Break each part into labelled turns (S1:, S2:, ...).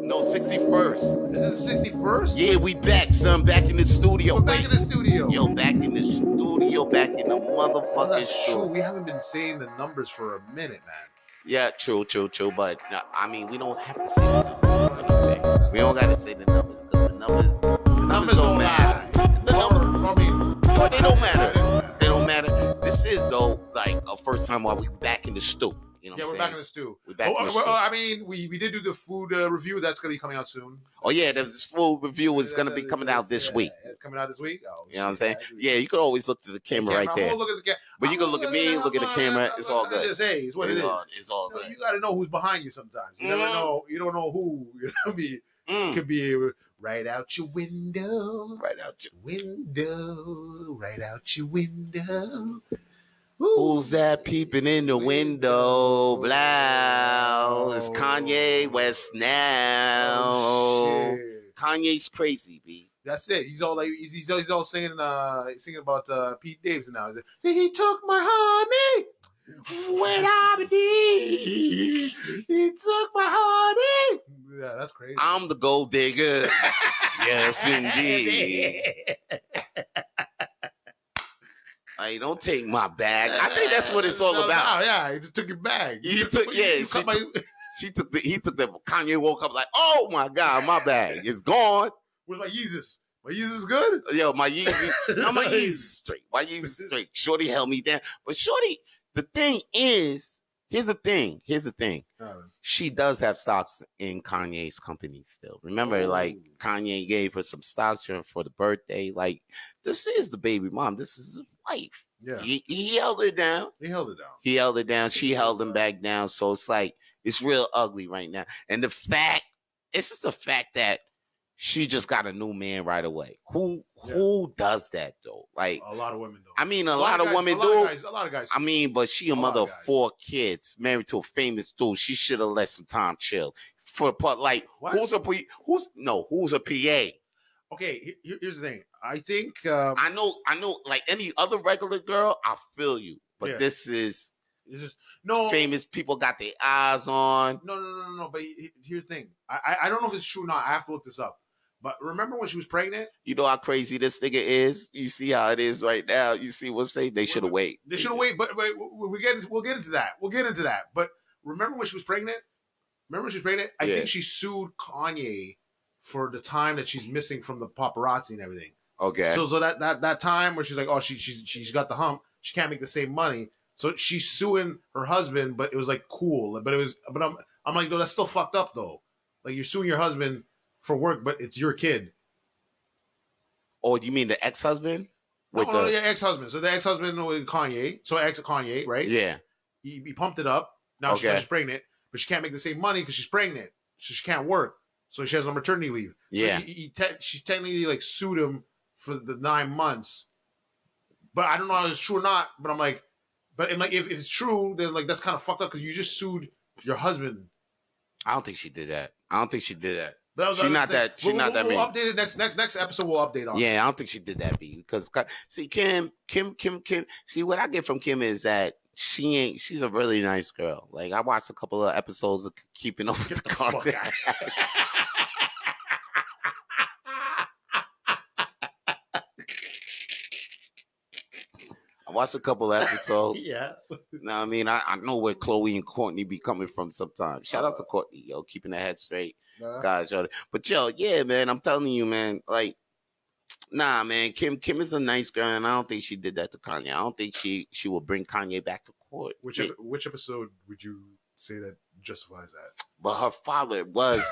S1: No, 61st.
S2: This is the 61st?
S1: Yeah, we back, son. Back in the studio.
S2: We're back
S1: Wait.
S2: in the studio.
S1: Yo, back in the studio, back in the
S2: Well,
S1: motherfucking
S2: that's true.
S1: studio.
S2: We haven't been saying the numbers for a minute, man.
S1: Yeah, true, true, true. But no, I mean, we don't have to say the numbers. you know what I'm saying? We don't gotta say the numbers because the numbers, the numbers, don't matter. The numbers,
S2: Or, I mean,
S1: no, they don't matter. They don't matter. This is though like a first time while we back in the stu. You know what
S2: Yeah,
S1: I'm
S2: we're
S1: saying?
S2: back in the stew.
S1: we back
S2: oh,
S1: in the
S2: well,
S1: stu.
S2: I mean, we, we did do the food uh, review. That's going to be coming out soon.
S1: Oh yeah, this full review is gonna be coming out this
S2: Yeah,
S1: week.
S2: It's coming out this week. Oh,
S1: You know what I'm
S2: yeah,
S1: saying?
S2: I agree.
S1: Yeah, you could always look to the camera right
S2: I'm
S1: there.
S2: gonna look at the camera.
S1: But you can look at me, look at the camera, it's all good.
S2: Just, hey, it's what it
S1: It's
S2: is.
S1: all- It's all
S2: You, know,
S1: good.
S2: you gotta know who's behind you sometimes. You never
S1: Mm.
S2: know. You don't know who. You know what I mean?
S1: Mm.
S2: Could be right out your window,
S1: Right out you.
S2: window, right out your window.
S1: Who's that peeping in the window? Blah. It's Kanye West now.
S2: Oh, shit.
S1: Kanye's crazy, B.
S2: That's it. He's all like he's, he's, all, he's all singing uh singing about uh Pete Davidson now. He's like, See, he took my honey when I'm deep. He took my honey. Yeah, that's crazy.
S1: I'm the gold digger. Ah, yes, indeed. Hey, don't take my bag. I think that's what it's all
S2: No,
S1: about.
S2: no, yeah, he just took your bag.
S1: He took- yeah,
S2: you cut
S1: she-
S2: my,
S1: She took the, he took the, Kanye woke up like, oh my God, my bag is gone.
S2: with my Yeezus. My Yeezus good.
S1: Yo, my Yeezy, no, my Yeezus is straight. My Yeezus is straight. Shorty held me down. But Shorty, the thing is, here's the thing. Here's the thing. she does have stocks in Kanye's company still. Remember, like
S2: Ooh.
S1: Kanye gave her some stocks during- for the birthday. Like, this is the baby mom. This is his wife.
S2: Yeah,
S1: He, he held her down.
S2: he held it down.
S1: He held her down. She held him back down. So it's like it's real ugly right now. And the fact, it's just the fact that she just got a new man right away. Who who does that though? Like,
S2: A lot of women though.
S1: I mean, a, lot, of
S2: guys-
S1: women
S2: a
S1: do.
S2: Lot of guys, a lot of guys.
S1: I mean, but she a
S2: A lot
S1: mother
S2: of
S1: of
S2: guys.
S1: four kids, married to a famous dude. She should have let some time chill. For but like,
S2: What?
S1: who's a P, who's no, who's a PA?
S2: okay, here- here- here's the thing. I think um,
S1: I know, I know. Like any other regular girl, I feel you. But
S2: Yeah.
S1: this is
S2: it's just no.
S1: famous people got their eyes on.
S2: No, no, no, no, no. But he- he- here's the thing. I, I, I don't know if it's true or not. I have to look this up. But remember when she was pregnant?
S1: You know how crazy this nigga is. You see how it is right now. You see what I'm saying? They should have waited.
S2: They should have waited. But wait, we we get into, we'll get into that. We'll get into that. But remember when she was pregnant? Remember when she was pregnant? I
S1: Yeah.
S2: think she sued Kanye for the time that she's missing from the paparazzi and everything.
S1: Okay.
S2: So so that, that that time where she's like, oh, she she's she's got the hump. She can't make the same money. So she's suing her husband, but it was like cool. But it was but I'm I'm like, no, that's still fucked up though. Like you're suing your husband for work, but it's your kid.
S1: or Oh, you mean the ex husband?
S2: No,
S1: With
S2: no,
S1: the
S2: Oh, yeah, ex-husband. So the ex-husband was Kanye. So ex Kanye, right?
S1: yeah.
S2: He, he pumped it up. Now she's-
S1: Okay.
S2: she's pregnant, but she can't make the same money because she's pregnant. So she can't work. So she has no maternity leave. So
S1: Yeah.
S2: he, he te- she technically like sued him for the nine months, but I don't know if it's true or not. But I'm like, but and like if, if it's true, then like that's kind of fucked up because you just sued your husband.
S1: I don't think she did that. I don't think she did that.
S2: But that was
S1: She
S2: another
S1: not
S2: thing.
S1: that- she
S2: We'll-
S1: not
S2: we'll-
S1: that
S2: We'll
S1: mean.
S2: update it next next next episode. We'll update on. it.
S1: Yeah, I don't think she did that, B. Because Ka- see, Kim, Kim, Kim, Kim. See, what I get from Kim is that she ain't. She's a really nice girl. Like I watched a couple of episodes of Keeping Up with
S2: Get
S1: the,
S2: the fuck
S1: Kardashians. I watched a couple of episodes. yeah.
S2: Yeah.
S1: I mean, I, I know where Chloe and Courtney be coming from sometimes. Shout
S2: Uh.
S1: out to Courtney, yo, keeping her head straight.
S2: Nah.
S1: God, yo. But yo, yeah, man, I'm telling you, man, like, nah, man, Kim, Kim is a nice girl, and I don't think she did that to Kanye. I don't think she she will bring Kanye back to court.
S2: Which
S1: Yeah,
S2: ep- which episode would you say that justifies that?
S1: but her father was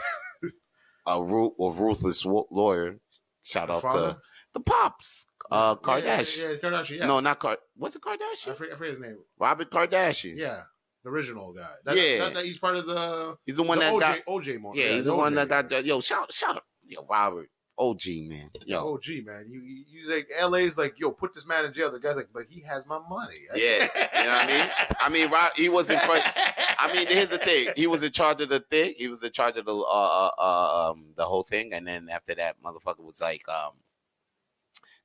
S1: a, ru- a ruthless wo- lawyer. Shout out to
S2: Father?
S1: the pops, uh,
S2: Yeah, yeah,
S1: Kardashian.
S2: Yeah, yeah, Kardashian. Yeah.
S1: No, not Card. Was it
S2: I
S1: Kardashian?
S2: forget, I forget his name.
S1: Robert Kardashian.
S2: Yeah, the original guy. That,
S1: Yeah.
S2: that, that, he's part of the,
S1: He's the one
S2: the
S1: that
S2: OJ,
S1: got.
S2: OJ moment.
S1: Yeah, he's the one that got. The, yo, shout shout out, yo, Robert, OG man, yo.
S2: Yo. OG man, you you you like LA's like yo put this man in jail. The guy's like, but he has my money.
S1: Yeah, you know what I mean? I mean, Rob, he was in front. I mean, here's the thing. He was in charge of the thing. He was in charge of the uh, uh, um, the whole thing. And then after that, motherfucker was like, um,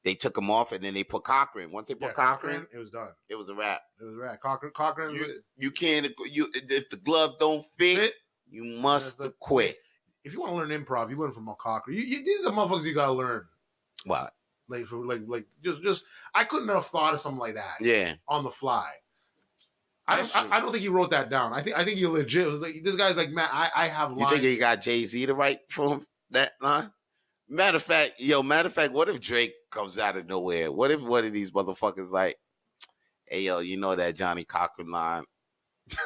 S1: they took him off, and then they put Cochran. Once they put
S2: Yeah,
S1: Cochran,
S2: it was done.
S1: it was a wrap.
S2: It was right. Cochran, Cochran.
S1: You can't. ag- You if the glove don't fit,
S2: Fit.
S1: you must
S2: That's the-
S1: quit.
S2: if you want to learn improv, you learn from Mel Cocker. You, you, these are motherfuckers you gotta learn.
S1: Wow.
S2: Like for like like just just I couldn't have thought of something like that
S1: Yeah.
S2: on the fly. I
S1: That's
S2: don't, I,
S1: true.
S2: I don't think he wrote that down. I think I think he legit was like this guy's like man, I, I have
S1: You
S2: lines.
S1: think he got Jay Z to write for him that line? Matter of fact, yo, matter of fact, what if Drake comes out of nowhere? What if one of these motherfuckers like, hey yo, you know that Johnny Cochran line?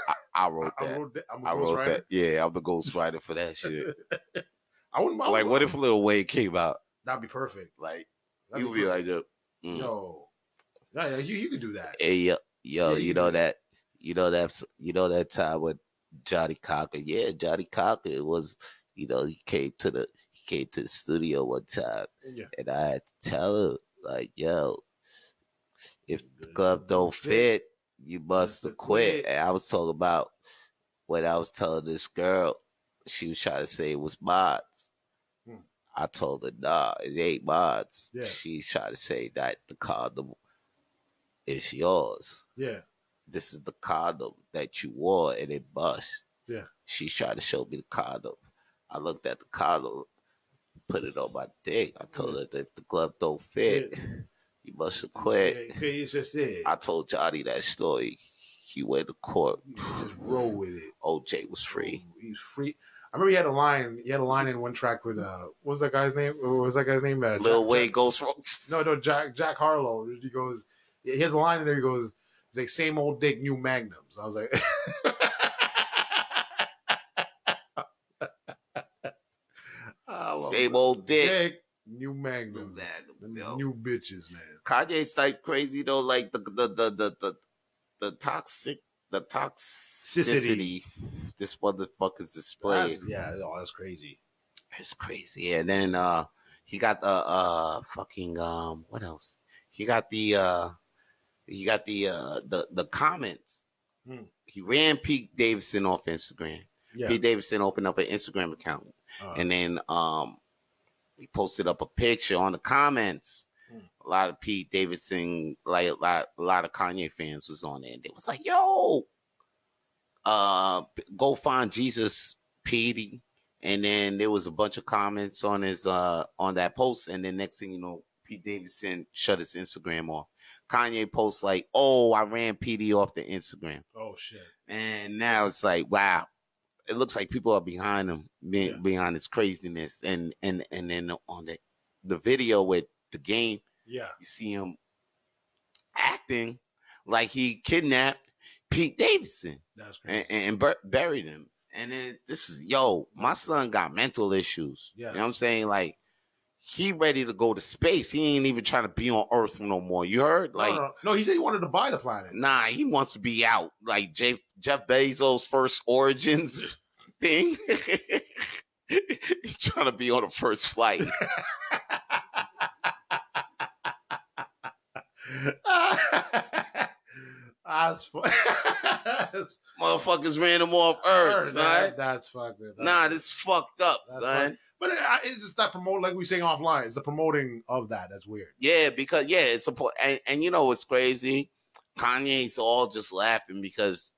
S1: I, I wrote
S2: I,
S1: that.
S2: wrote that. I'm a
S1: I wrote
S2: ghostwriter.
S1: that. Yeah, I'm the ghostwriter for that shit.
S2: I wouldn't I
S1: like,
S2: would-
S1: what if Lil Wayne came out?
S2: that'd be perfect.
S1: Like,
S2: That'd
S1: you be
S2: perfect.
S1: like, uh, mm,
S2: yo, yeah, yeah, you you could do that.
S1: hey yo, yo,
S2: Yeah, you
S1: you know that, you know that, you know that time with Johnny Cocker. Yeah, Johnny Cocker was, you know, he came to the he came to the studio one time.
S2: Yeah.
S1: and I had to tell him, like, yo, if the glove don't fit, you must have quit. And I was talking about when I was telling this girl, she was trying to say it was mods.
S2: Hmm.
S1: I told her, nah, it ain't mods.
S2: Yeah.
S1: She's trying to say that the condom is yours.
S2: Yeah,
S1: This is the condom that you wore and it bust.
S2: Yeah.
S1: She tried to show me the condom. I looked at the condom, put it on my dick. I told her that if the glove don't fit, you must have quit.
S2: Yeah, 'cause it's just it.
S1: I told Johnny that story. He went to court.
S2: You just roll with it.
S1: OJ was free.
S2: He's free. I remember he had a line. He had a line in one track with uh, what was that guy's name? What was that guy's name? Uh,
S1: Lil
S2: Jack-
S1: Wayne goes wrong.
S2: No, no, Jack Jack Harlow. He goes. He has a line in there. He goes. He's like same old dick, new magnums. I was like, I love
S1: Same
S2: that.
S1: old dick.
S2: new magnums,
S1: Magnums,
S2: Them
S1: yo.
S2: new bitches, man.
S1: Kanye's like crazy though, like the the the the the, the toxic the toxicity this motherfucker's displaying.
S2: That's- yeah, oh, that's crazy.
S1: It's crazy. And then uh he got the uh fucking um what else? He got the uh he got the uh the the comments.
S2: Hmm.
S1: He ran Pete Davidson off Instagram.
S2: Yeah,
S1: Pete Davidson opened up an Instagram account
S2: uh,
S1: and then um he posted up a picture on the comments.
S2: Hmm.
S1: A lot of Pete Davidson, like a lot, a lot of Kanye fans was on it. And they was like, yo, uh go find Jesus Petey. And then there was a bunch of comments on his uh on that post. And then next thing you know, Pete Davidson shut his Instagram off. Kanye posts like, oh, I ran Petey off the Instagram.
S2: oh shit.
S1: And now it's like, wow, it looks like people are behind him, be,
S2: Yeah.
S1: behind his craziness. And and and then on the the video with the game,
S2: Yeah,
S1: you see him acting like he kidnapped Pete Davidson
S2: that's crazy.
S1: and, and, and bur- buried him. And then this is yo, my son got mental issues.
S2: Yeah.
S1: You know what I'm saying? Like he ready to go to space. He ain't even trying to be on Earth no more. You heard? Like
S2: no, no, no, he said he wanted to buy the planet.
S1: Nah, he wants to be out. Like Jeff, Jeff Bezos' first origins thing. He's trying to be on the first flight.
S2: that's fu- that's,
S1: Motherfuckers ran him off Earth, son.
S2: that- that's fucked. up.
S1: Nah, this fucked up,
S2: That's
S1: son.
S2: But it, I- it's just that promote, like we saying offline, it's the promoting of that. That's weird.
S1: Yeah, because yeah, it's a po- and, and you know what's crazy? Kanye's all just laughing because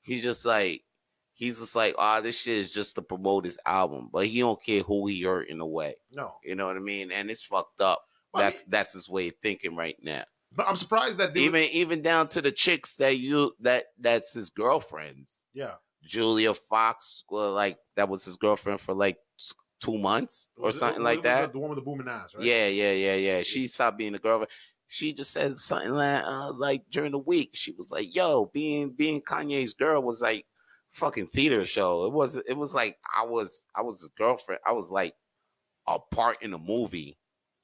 S1: he's just like he's just like, ah, this shit is just to promote his album, but he don't care who he hurt in a way.
S2: No,
S1: You know what I mean? And it's fucked up.
S2: Well, I
S1: that's
S2: mean,
S1: that's his way of thinking right now.
S2: but I'm surprised that they
S1: even even down to the chicks that you that that's his girlfriends.
S2: yeah,
S1: Julia Fox, well, like that was his girlfriend for like s- two months or
S2: Was it-
S1: something
S2: was-
S1: like
S2: was
S1: that.
S2: The one with the booming eyes, right?
S1: Yeah, yeah, yeah, yeah. She stopped being a girlfriend. She just said something like, uh, like during the week, she was like, "Yo, being being Kanye's girl was like fucking theater show. It was it was like I was I was his girlfriend. I was like a part in a movie.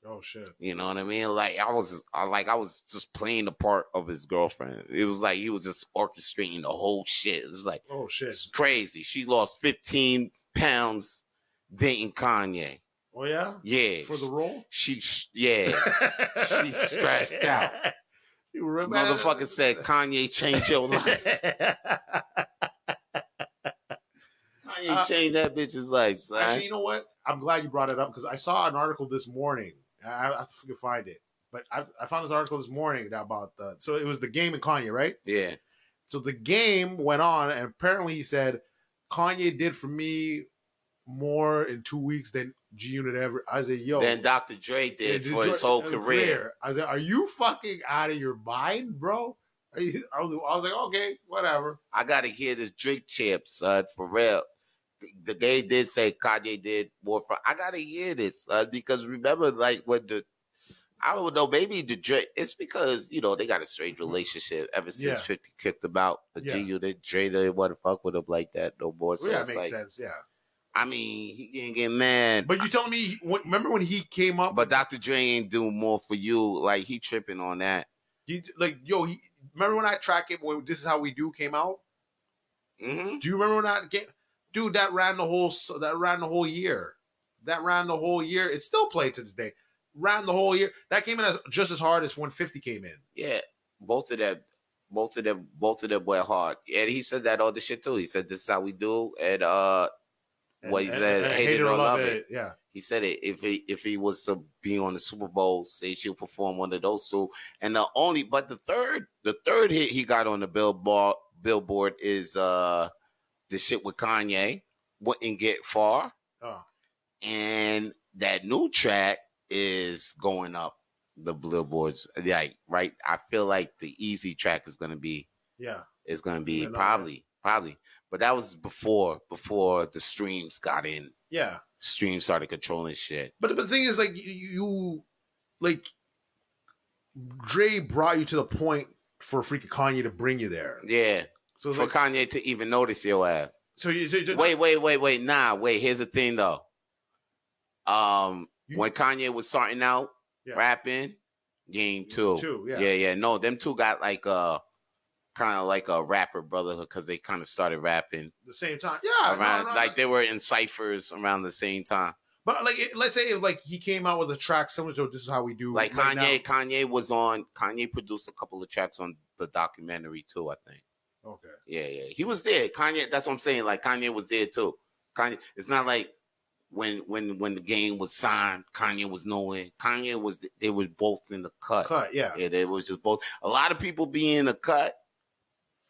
S2: Oh shit.
S1: You know what I mean? Like I was, I, like I was just playing the part of his girlfriend. It was like he was just orchestrating the whole shit. It's like
S2: Oh shit.
S1: it's crazy. She lost 15 pounds dating Kanye.
S2: Oh yeah.
S1: Yeah,
S2: For the role.
S1: she, sh- yeah, She's stressed out.
S2: You remember-
S1: motherfucker said Kanye changed your life. Kanye
S2: Uh,
S1: changed that bitch's life, son.
S2: Actually, you know what? I'm glad you brought it up because I saw an article this morning. I, I have to fucking find it, but I, I found this article this morning about the. So it was the game and Kanye, right?
S1: yeah,
S2: So the game went on, and apparently he said Kanye did for me more in two weeks than G Unit ever. I said, yo.
S1: than Dr. Dre did
S2: Yeah,
S1: for
S2: this-
S1: his whole
S2: uh,
S1: career.
S2: I was like, "Are you fucking out of your mind, bro?" Are you- I was, I was like, "Okay, whatever."
S1: I gotta hear this Drake chip, son, for real. The they did say Kanye did more for. I gotta hear this son, because remember, like when the I don't know, maybe the Drake. It's because you know they got a strange relationship ever since
S2: Mm-hmm. Yeah.
S1: Fifty kicked them out. The
S2: Yeah.
S1: G Unit, Dre didn't want to fuck with him like that no more. So
S2: yeah, it
S1: it's
S2: makes
S1: like,
S2: sense. Yeah,
S1: I mean, he didn't get mad.
S2: but you telling me? he- when- Remember when he came up?
S1: But Dr. Dre ain't do more for you. Like he tripping on that.
S2: he, like, yo, he remember when I track it when "This Is How We Do" came out?
S1: hmm
S2: Do you remember when I get, dude? That ran the whole s- that ran the whole year. That ran the whole year. It's still played to this day. Ran the whole year. That came in as just as hard as 150 came in.
S1: Yeah, both of them, both of them, both of them went hard. And he said that all the shit too. He said this is how we do. And uh, Well, he said, "Hate it or love it."
S2: Yeah,
S1: he said it if he if he was to be on the Super Bowl stage, he'll perform one of those two. And the only but the third the third hit he got on the billboard billboard is uh the shit with Kanye wouldn't get far.
S2: Oh.
S1: And that new track is going up the billboards. Like right, I feel like the easy track is gonna be
S2: yeah.
S1: is gonna be
S2: Yeah, no, yeah.
S1: probably probably. But that was before before the streams got in.
S2: Yeah.
S1: Streams started controlling shit.
S2: But but the thing is, like you, like Dre brought you to the point for freaking Kanye to bring you there.
S1: Yeah,
S2: So it's
S1: for
S2: like,
S1: Kanye to even notice your ass.
S2: so you, so you
S1: Wait, wait, wait, wait. Nah, wait. Here's the thing though. Um,
S2: You-
S1: when Kanye was starting out
S2: Yeah.
S1: rapping, Game Two.
S2: Two, yeah.
S1: yeah, No, them two got like a kind of like a rapper brotherhood because they kind of started rapping
S2: the same time, yeah, Ah, no,
S1: around.
S2: no, no.
S1: Like they were in ciphers around the same time.
S2: But like, it- let's say if, like he came out with a track similar to "This Is How We Do."
S1: Like
S2: right
S1: Kanye, Kanye was on. Kanye produced a couple of tracks on the documentary too. I think.
S2: now. Okay.
S1: Yeah, yeah. He was there. Kanye, that's what I'm saying. Like Kanye was there too. Kanye, it's not like when when when the game was signed, Kanye was nowhere. Kanye was they were both in the cut.
S2: Cut. Yeah.
S1: Yeah, they was just both a lot of people be in the cut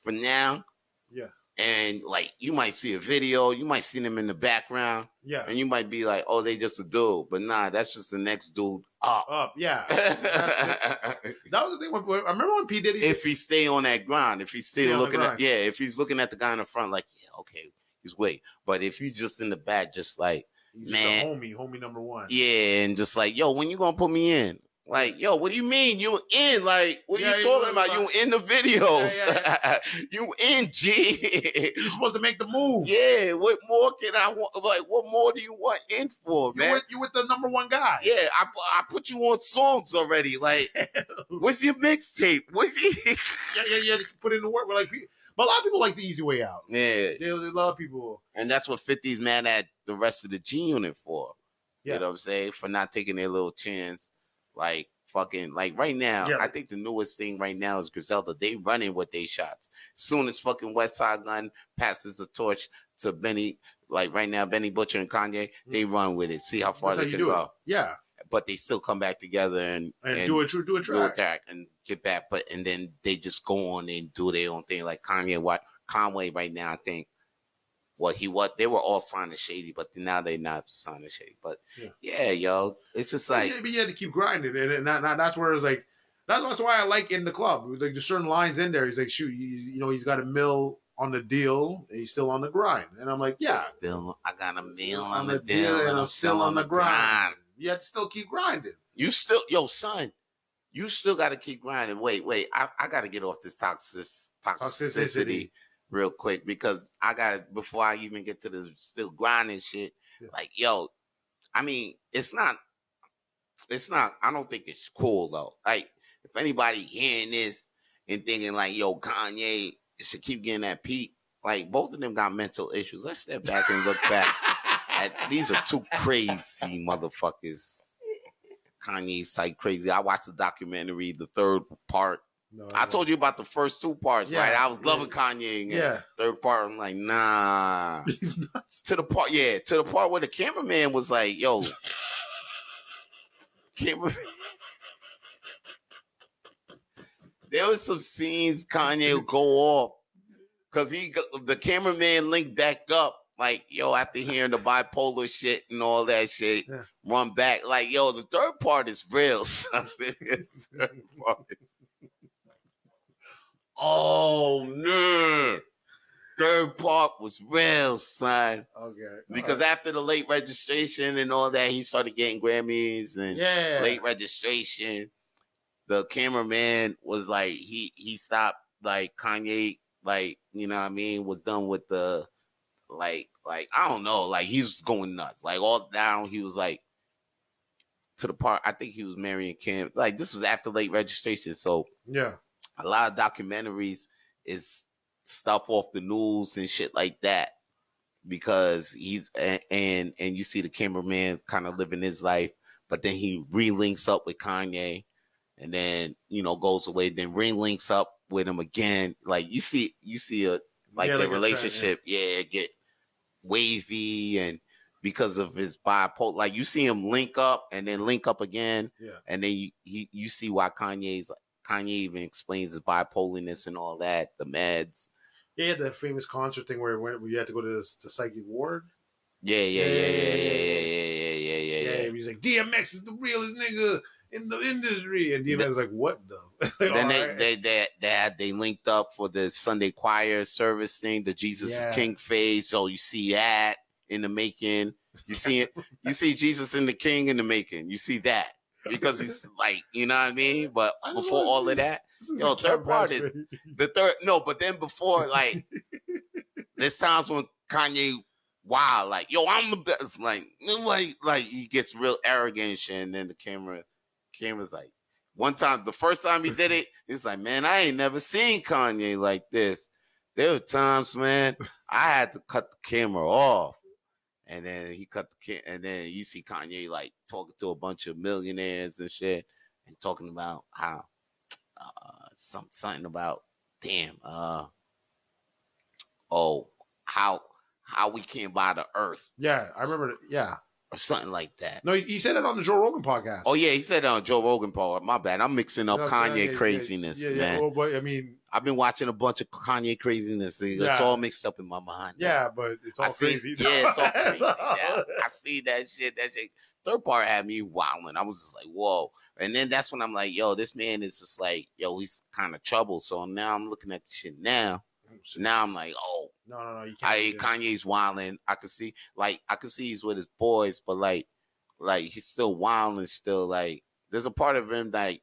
S1: for now.
S2: Yeah.
S1: And like you might see a video, you might see them in the background,
S2: Yeah.
S1: and you might be like, Oh, they just a dude. But nah, that's just the next dude up.
S2: Up. Yeah. That's That was the thing. When, when- I remember when P Diddy.
S1: if he stay on that ground, if he's
S2: Stay
S1: still
S2: on the
S1: looking at
S2: grind.
S1: yeah, if he's looking at the guy in the front, like, yeah, okay, he's wait. But if he's just in the back, just like,
S2: he's
S1: man.
S2: just a homie, homie number one.
S1: yeah, and just like, yo, when you gonna put me in? Like, yo, what do you mean you in? Like, what
S2: Yeah,
S1: are you
S2: you
S1: talking
S2: know
S1: about? You in the videos.
S2: Yeah,
S1: you in G.
S2: You're supposed to make the move.
S1: yeah, what more can I want? Like, what more do you want in for,
S2: You
S1: man?
S2: with, you with the number one guy.
S1: Yeah, I, pu- I put you on songs already. Like, what's your mixtape? What's your
S2: yeah, yeah, yeah. Put in the work. We're like, but a lot of people like the easy way out.
S1: Yeah.
S2: They, they love people.
S1: And that's what 50's mad at the rest of the G unit for.
S2: Yeah.
S1: You know what I'm saying? For not taking their little chance. Like fucking like right now,
S2: Yeah.
S1: I think the newest thing right now is Griselda. They running with they shots. Soon as fucking West Side Gun passes the torch to Benny, like right now, Benny Butcher and Kanye, they run with it. See how far
S2: Mm. That's how
S1: they
S2: you
S1: can
S2: do
S1: go.
S2: it. Yeah,
S1: But they still come back together and,
S2: and, do a true, do a
S1: do
S2: track.
S1: attack and get back. But and then they just go on and do their own thing. Like Kanye, what Conway right now, I think. What he what they were all signed to Shady, but now they're not signed to Shady. But yeah.
S2: Yeah.
S1: yo, it's just
S2: But
S1: like
S2: you, but you had to keep grinding, and, and that, that- that's where it's like. That's, that's why I like in the club. Like there's certain lines in there. He's like, shoot, you, you know, he's got a mill on the deal, and he's still on the grind. And I'm like, yeah,
S1: still I got a meal on the deal, and I'm still on the grind.
S2: You have to still keep grinding.
S1: You still yo son, you still got to keep grinding. Wait, wait, I, I got to get off this toxic toxicity
S2: Toxicity.
S1: real quick because I got to before I even get to the still grinding shit.
S2: Yeah.
S1: Like yo, I mean, it's not, it's not. I don't think it's cool though. Like if anybody hearing this and thinking like yo, Kanye should keep getting that peak. Like both of them got mental issues. Let's step back and look back at- these are two crazy motherfuckers. Kanye's like crazy. I watched the documentary, the third part.
S2: No,
S1: I told you about the first two parts,
S2: Uh-huh. Yeah.
S1: right? I was loving Kanye. And
S2: Yeah,
S1: Third part, I'm like, nah.
S2: he's nuts.
S1: To the part, yeah, to the part where the cameraman was like, yo, camera. there was some scenes Kanye would go off because he go- the cameraman linked back up Like, yo, after hearing the bipolar shit and all that shit,
S2: Yeah.
S1: run back. Like, yo, the third part is real. son. It's third part is- oh no. Third part was real, son.
S2: Okay. all
S1: Because
S2: right.
S1: after the late registration and all that, he started getting Grammys and
S2: yeah,
S1: late registration. The cameraman was like he he stopped like Kanye like you know what I mean was done with the like like I don't know like he was going nuts like all down he was like to the part I think he was marrying Kim like this was after late registration so
S2: yeah,
S1: a lot of documentaries is stuff off the news and shit like that because he's and and, and you see the cameraman kind of living his life but then he relinks up with kanye and then you know goes away then relinks up with him again like you see you see a like
S2: Yeah,
S1: the
S2: a trend, yeah.
S1: relationship yeah get wavy and because of his bipolar like you see him link up and then link up again
S2: Yeah.
S1: and then you he, you see why kanye's Kanye even explains his bipolarness and all that, the meds.
S2: Yeah, he had that famous concert thing where he went, where you had to go to this, the psyche ward.
S1: Yeah, yeah, yeah, yeah, yeah, yeah, yeah, yeah,
S2: Yeah,
S1: yeah, yeah.
S2: he's like DMX is the realest nigga in the industry, and DMX is like, what the? like,
S1: Then
S2: all
S1: they,
S2: right.
S1: they they they had, they linked up for the Sunday choir service thing, the Jesus
S2: Yeah.
S1: is King phase. So you see that in the making. You see it. You see Jesus and the King in the making. You see that because he's like, you know what I mean. But
S2: I don't
S1: before
S2: wanna
S1: all
S2: see
S1: of that,
S2: This is
S1: yo,
S2: a
S1: third
S2: Kevin
S1: part
S2: Bachelor.
S1: the third no, but then before like there's times when Kanye wow, like, yo, I'm the best. Like, like like he gets real arrogant and shit, and then the camera camera's like one time the first time he did it, it's like, man, I ain't never seen Kanye like this. There were times, man, I had to cut the camera off. And then he cut the cam- and then you see Kanye like talking to a bunch of millionaires and shit and talking about how uh some something about damn uh oh how how we can't buy the earth
S2: Yeah, I remember. it. Yeah,
S1: or something like that.
S2: no, he, he said it on the Joe Rogan podcast.
S1: Oh yeah, he said on Joe Rogan Paul. My bad. I'm mixing up
S2: No,
S1: Oh, Kanye
S2: yeah, yeah,
S1: craziness,
S2: yeah, yeah,
S1: man.
S2: Well, but I mean,
S1: I've been watching a bunch of Kanye craziness. It's
S2: Yeah.
S1: all mixed up in my mind. now.
S2: yeah, but it's all
S1: I see,
S2: crazy. Oh,
S1: Yeah, it's all
S2: It's
S1: crazy.
S2: all-
S1: now. I see that shit. That shit. Third part had me wilding. I was just like, whoa. And then that's when I'm like, yo, this man is just like, yo, he's kind of troubled. So now I'm looking at the shit now. So now I'm like, oh,
S2: no, no, no, you can't.
S1: I
S2: do that.
S1: Kanye's wilding. I could see like I could see he's with his boys, but like like he's still wilding. Still like there's a part of him like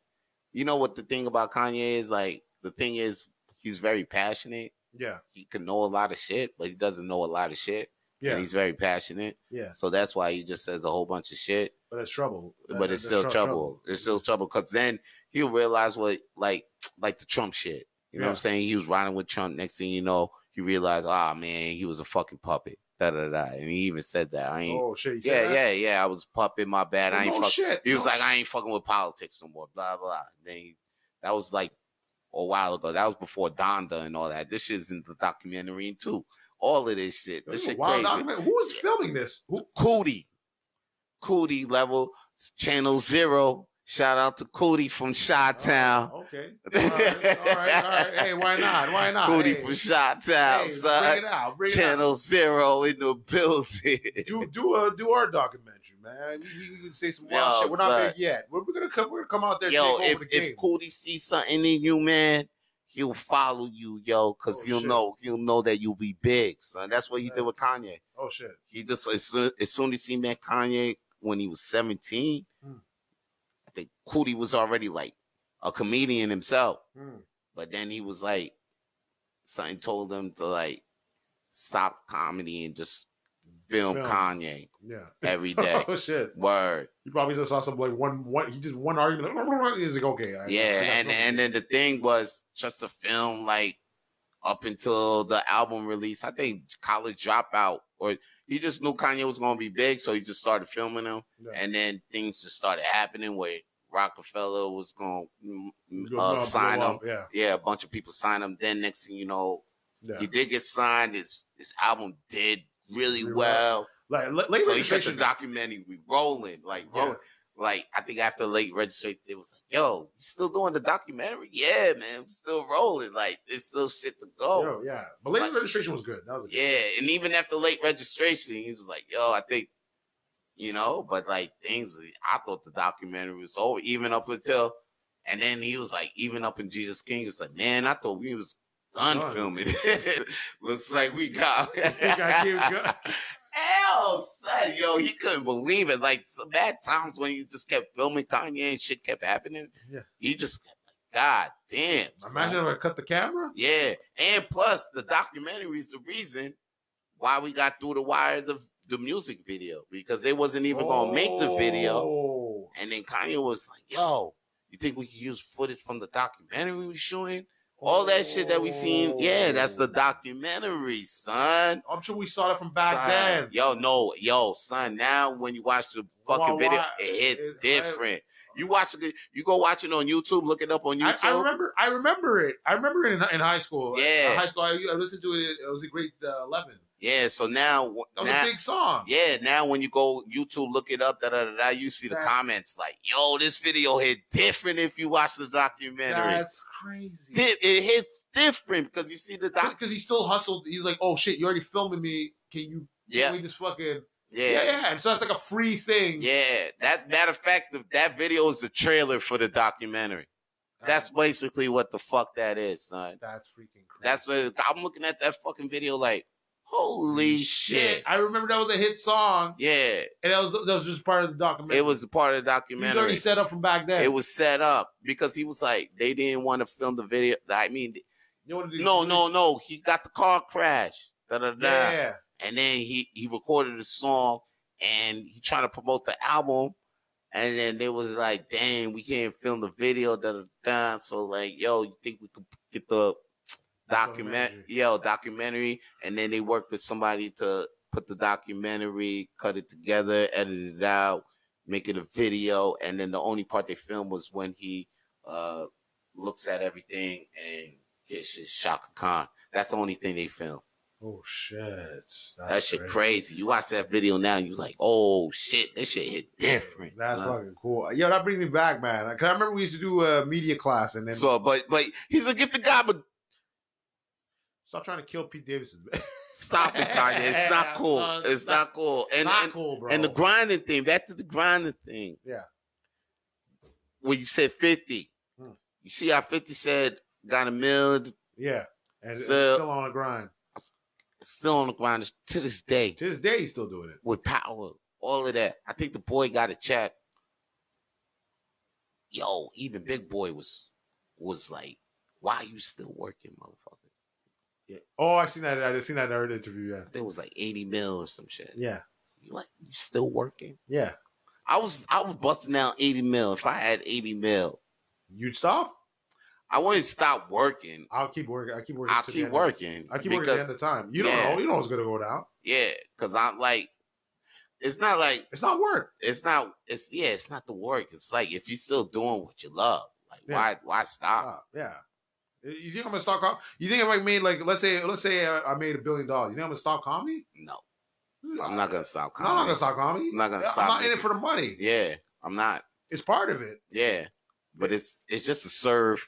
S1: you know what the thing about Kanye is like the thing is he's very passionate.
S2: yeah,
S1: He can know a lot of shit, but he doesn't know a lot of shit.
S2: yeah,
S1: And he's very passionate.
S2: yeah.
S1: So that's why he just says a whole bunch of shit.
S2: But it's trouble. That-
S1: But
S2: that-
S1: it's
S2: that's
S1: still
S2: trou-
S1: trouble. It's still trouble. Cause then he'll realize what like like the Trump shit. You know what I'm
S2: Yeah.
S1: saying? He was riding with Trump. Next thing you know, he realized, ah man, he was a fucking puppet. Da da da. And he even said that. I ain't
S2: Oh shit! he said
S1: Yeah,
S2: that? Oh,
S1: yeah, yeah. I was a puppet, my bad. I ain't
S2: no
S1: fuck.
S2: shit.
S1: He was
S2: no
S1: like, I ain't fucking with politics no more. Blah blah. Then he, that was like a while ago. That was before Donda and all that. This shit's in the documentary too. All of this shit.
S2: Yo,
S1: This
S2: this is a
S1: shit
S2: wild
S1: crazy.
S2: document. Who is filming this? Who?
S1: Cootie. Cootie level, channel zero. Shout out to Cootie from Chi Town.
S2: Oh, okay. All right. All right. All right. Hey, why not? Why not?
S1: Cootie
S2: hey,
S1: from Chi Town,
S2: hey, Bring
S1: son.
S2: it out. Bring it out.
S1: Channel zero in the building.
S2: Do do a do our documentary, man. We, we, we can say some wild
S1: Yo,
S2: shit. We're not
S1: son.
S2: big yet. We're, we're gonna come. We're gonna come out there. and
S1: yo,
S2: take
S1: if
S2: over the game.
S1: if Cootie sees something in you, man, he'll follow you, yo, because
S2: Oh,
S1: he'll
S2: shit.
S1: know he'll know that you'll be big, son. That's what he
S2: Yeah.
S1: did with Kanye.
S2: oh shit!
S1: He just as soon as, soon as he met Kanye when he was seventeen,
S2: Hmm.
S1: I think Cootie was already like a comedian himself.
S2: Hmm.
S1: But then he was like, something told him to like stop comedy and just film,
S2: Film.
S1: Kanye
S2: Yeah.
S1: every day.
S2: Oh shit!
S1: Word.
S2: You probably just saw some like one one. He just one argument. Like, he's like, okay. I, I
S1: yeah,
S2: got
S1: and
S2: something.
S1: and then the thing was just to film like up until the album release. I think College Dropout, or he just knew Kanye was gonna be big, so he just started filming him,
S2: Yeah.
S1: and then things just started happening where Rockefeller was gonna mm,
S2: He's
S1: mm,
S2: gonna
S1: uh,
S2: blow up,
S1: sign
S2: blow
S1: him.
S2: up. Yeah.
S1: Yeah, a bunch of people signed him. Then next thing you know,
S2: Yeah.
S1: he did get signed. His his album did really
S2: Really
S1: well,
S2: Like la- late
S1: so he kept the Oh,
S2: registration.
S1: documentary rolling, like rolling.
S2: yeah.
S1: like I think after late registration, it was like, "Yo, you still doing the documentary? Yeah, man, we're still rolling. Like there's still shit to go."
S2: Yo, yeah. But late
S1: oh. Like-
S2: registration was good. That was a good.
S1: Yeah, and even after late registration, he was like, "Yo, I think, you know." But like things, I thought the documentary was over, even up until, and then he was like, even up in Jesus King, he was like, "Man, I thought we was done
S2: Done.
S1: filming. Looks like we got."
S2: got keep go-
S1: Hell, son, yo, he couldn't believe it. Like so bad times when you just kept filming Kanye and shit kept happening.
S2: Yeah.
S1: you just kept like, God damn. son."
S2: Imagine if I cut the camera.
S1: Yeah, and plus the documentary is the reason why we got through the wire the the music video because they wasn't even gonna make the video,
S2: Oh.
S1: and then Kanye was like, "Yo, you think we can use footage from the documentary we shooting? All that shit that we seen? Yeah, that's
S2: Oh.
S1: the documentary, son."
S2: I'm sure we saw it from back
S1: Son,
S2: then.
S1: yo, no, yo, son. Now when you watch the
S2: Why-
S1: fucking video,
S2: why-
S1: it hits
S2: it- I-
S1: different. you watch it, you go watch it on YouTube, look it up on
S2: I,
S1: YouTube.
S2: I remember. I remember it. I remember it in, in high school.
S1: Yeah.
S2: in high school. I, I listened to it. It was a great uh, eleven.
S1: yeah, so now
S2: That was
S1: now,
S2: a big song.
S1: Yeah, now when you go YouTube, look it up, da da da, da you see the
S2: That's-
S1: comments like, "Yo, this video hit different if you watch the documentary.
S2: That's crazy.
S1: Di- it hit different because you see the doc."
S2: Because he still hustled. He's like, oh shit, you already filming me. Can you?
S1: Yeah,
S2: Can we just fucking. Yeah. yeah,
S1: yeah,
S2: And so that's like a free thing.
S1: yeah. That matter of fact, the, that video is the trailer for the documentary. That's basically what the fuck that is, son.
S2: that's freaking crazy.
S1: That's what I'm looking at that fucking video like,
S2: Mm,
S1: holy shit.
S2: I remember that was a hit song,
S1: Yeah,
S2: and that was that was just part of the documentary.
S1: it was a part of the
S2: It was already
S1: documentary.
S2: set up from back then.
S1: It was set up because he was like, they didn't want to film the video. I mean,
S2: You know what it is?
S1: No, no, no. He got the car crash. Da, da, da.
S2: Yeah.
S1: And then he, he recorded a song and he trying to promote the album. And then they was like, dang, we can't film the video. Da, da, da. So like, yo, you think we could get the document
S2: Documentary.
S1: yo, documentary? And then they worked with somebody to put the documentary, cut it together, edit it out, make it a video. And then the only part they filmed was when he uh looks at everything and gets his Shaka Khan. That's the only thing they filmed.
S2: Oh shit. That's
S1: That shit crazy. You watch that video now, and you like, oh shit, this shit hit different.
S2: That's
S1: son.
S2: fucking cool. Yo, that brings me back, man. Cause I remember we used to do a media class, and then
S1: So, but but he's a gifted guy, but
S2: stop trying to kill Pete Davidson.
S1: stop it, Kanye. It's not cool.
S2: Son,
S1: It's not cool. And
S2: Not
S1: and,
S2: cool, bro.
S1: and the grinding thing. Back to the grinding thing.
S2: Yeah.
S1: When you said fifty,
S2: Hmm.
S1: you see how fifty said got a mill,
S2: yeah, and it's
S1: So-
S2: still on the grind.
S1: still on the grind to this day
S2: To this day, he's still doing it.
S1: with power, all of that. I think the boy got a check. Yo, even Big Boy was was like, why you still working, motherfucker?
S2: Oh, I seen that. I just seen that in our interview. Yeah,
S1: I think it was like 80 mil or some shit.
S2: yeah,
S1: You like you still working?
S2: yeah.
S1: I was I was busting down 80 mil. If I had 80 mil,
S2: You'd stop.
S1: I wouldn't stop working.
S2: I'll keep working. I keep working.
S1: I'll
S2: to the
S1: keep
S2: end.
S1: working.
S2: I keep working
S1: because,
S2: at the end of time. You don't
S1: Yeah.
S2: know. You know what's gonna go down.
S1: Yeah, because I'm like, it's not like
S2: It's not work.
S1: it's not it's yeah, it's not the work. It's like if you're still doing what you love, like
S2: Yeah.
S1: why why stop?
S2: Ah, yeah. You think I'm gonna stop? Com- you think if I made like let's say let's say uh, I made a billion dollars, you think I'm gonna stop comedy?
S1: No. I'm not gonna stop
S2: No, I'm not
S1: comedy.
S2: gonna stop comedy.
S1: I'm not gonna
S2: Yeah,
S1: stop
S2: I'm not in it
S1: making-
S2: for the money.
S1: Yeah, I'm not.
S2: It's part of it.
S1: Yeah, but it's it's just to serve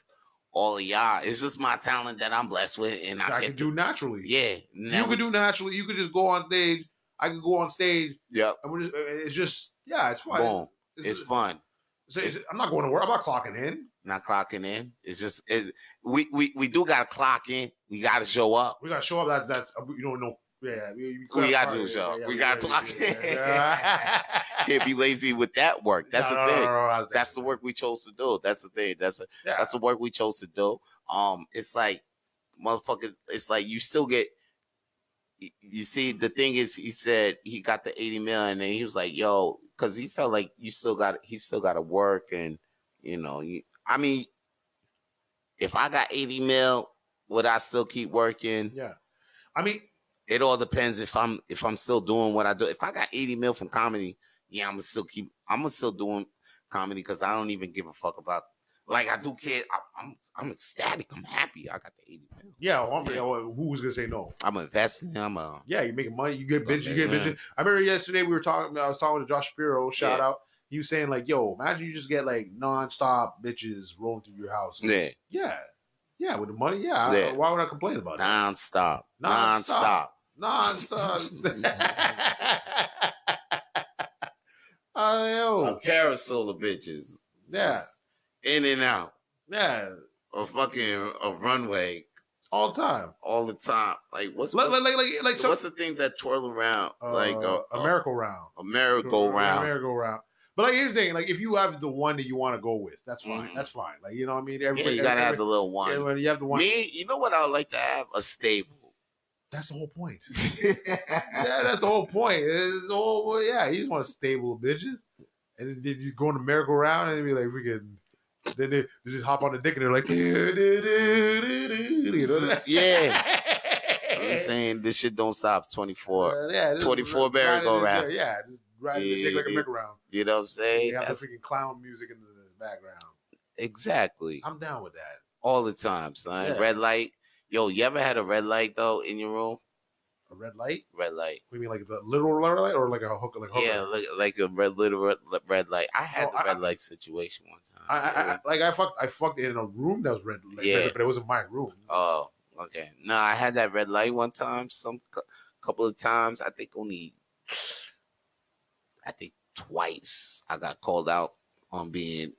S1: all of y'all. It's just my talent that I'm blessed with, and I,
S2: I,
S1: get
S2: can
S1: to,
S2: do naturally.
S1: Yeah,
S2: you could do naturally. You could just go on stage. I could go on stage,
S1: Yep.
S2: and we're just, it's just yeah, it's fun.
S1: Boom. It's
S2: It's,
S1: fun.
S2: so it's- I'm not going to work. I'm not clocking in.
S1: Not clocking in. It's just it, we we we do gotta clock in. We gotta show up.
S2: We gotta show up. That's that's you don't know. Yeah, we, you
S1: We
S2: could-
S1: gotta do a show. We gotta clock in. Can't be lazy with that work. That's
S2: No,
S1: the
S2: no, no,
S1: thing.
S2: no, no, no, no.
S1: That's the work we chose to do. That's the thing. That's a,
S2: Yeah.
S1: that's the work we chose to do. Um, it's like motherfucker. It's like you still get. y- You see, the thing is, he said he got the eighty million, and he was like, "Yo," because he felt like you still got he still got to work, and you know, you, I mean, if I got eighty mil, would I still keep working?
S2: Yeah, I mean,
S1: It all depends if I'm if I'm still doing what I do. If I got eighty mil from comedy, yeah, I'm gonna still keep. I'm gonna still doing comedy because I don't even give a fuck about. Like I do care. I, I'm I'm ecstatic. I'm happy. I got the eighty mil.
S2: yeah, well, I'm- yeah, well, who's gonna say no?
S1: I'm investing. I'm a
S2: Yeah, you're making money. You get bitches. You get
S1: Okay, yeah.
S2: bitches. I remember yesterday we were talking. I was talking to Josh Shapiro. Shout
S1: Yeah.
S2: out. you saying like, yo, imagine you just get like nonstop bitches rolling through your house.
S1: Yeah,
S2: yeah, yeah, with the money, yeah. I-
S1: Yeah.
S2: why would I complain about that?
S1: nonstop, nonstop.
S2: Nonstop. Nonstop. Oh,
S1: A
S2: yo,
S1: carousel of bitches.
S2: Yeah.
S1: In and out.
S2: yeah,
S1: A fucking a runway
S2: all the time.
S1: all the time. Like what's
S2: Like, like,
S1: what's,
S2: like, like, like some,
S1: what's the things that twirl around?
S2: uh,
S1: like a, a,
S2: America round.
S1: a merry-go-round.
S2: merry-go-round. But like here's the thing, like if you have the one that you want to go with, that's fine.
S1: Mhm.
S2: That's fine. Like you know what I mean.
S1: yeah,
S2: Everybody,
S1: you gotta have the
S2: everybody-
S1: little one.
S2: everybody- you have the one.
S1: Me, you know what I would like to have? A stable.
S2: That's the whole point. yeah, that's the whole point. It's the whole- well, yeah, you just want a stable of bitches, and they just go on the merry-go-round and they be like freaking. Then they, they just hop on the dick and they're like, you know that?
S1: yeah. I'm saying this shit don't stop 24.
S2: Uh, yeah, just
S1: 24
S2: riding it in
S1: merry-go-round.
S2: there. Yeah, just riding the dick like a
S1: Yeah.
S2: merry-go-round.
S1: You know what I'm
S2: They
S1: saying?
S2: have
S1: That's
S2: the freaking clown music in the background.
S1: exactly.
S2: I'm down with that.
S1: All the time, son.
S2: Yeah.
S1: Red light. Yo, you ever had a red light though in your room?
S2: A red light.
S1: Red light.
S2: We mean like the literal red light or like a hook? Like hooker?
S1: Yeah, like, like a red little red, red light. I had
S2: No,
S1: the
S2: Oh, I-
S1: red light situation one time.
S2: I, I, I like I fucked I fucked in a room that was red, like,
S1: Yeah.
S2: red, but it wasn't my room.
S1: oh, okay. No, I had that red light one time. Some cou- couple of times. I think only. I think twice I got called out on being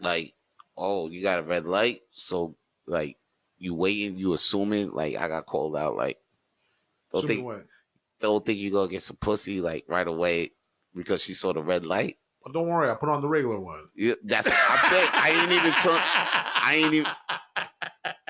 S1: like, "Oh, you got a red light," so like you waiting, you assuming like I got called out like. Don't
S2: Super
S1: think
S2: wet.
S1: don't think you gonna get some pussy like right away because she saw the red light.
S2: But Oh, don't worry, I put on the regular one.
S1: You- That's I'm saying. I ain't even turn. I ain't even.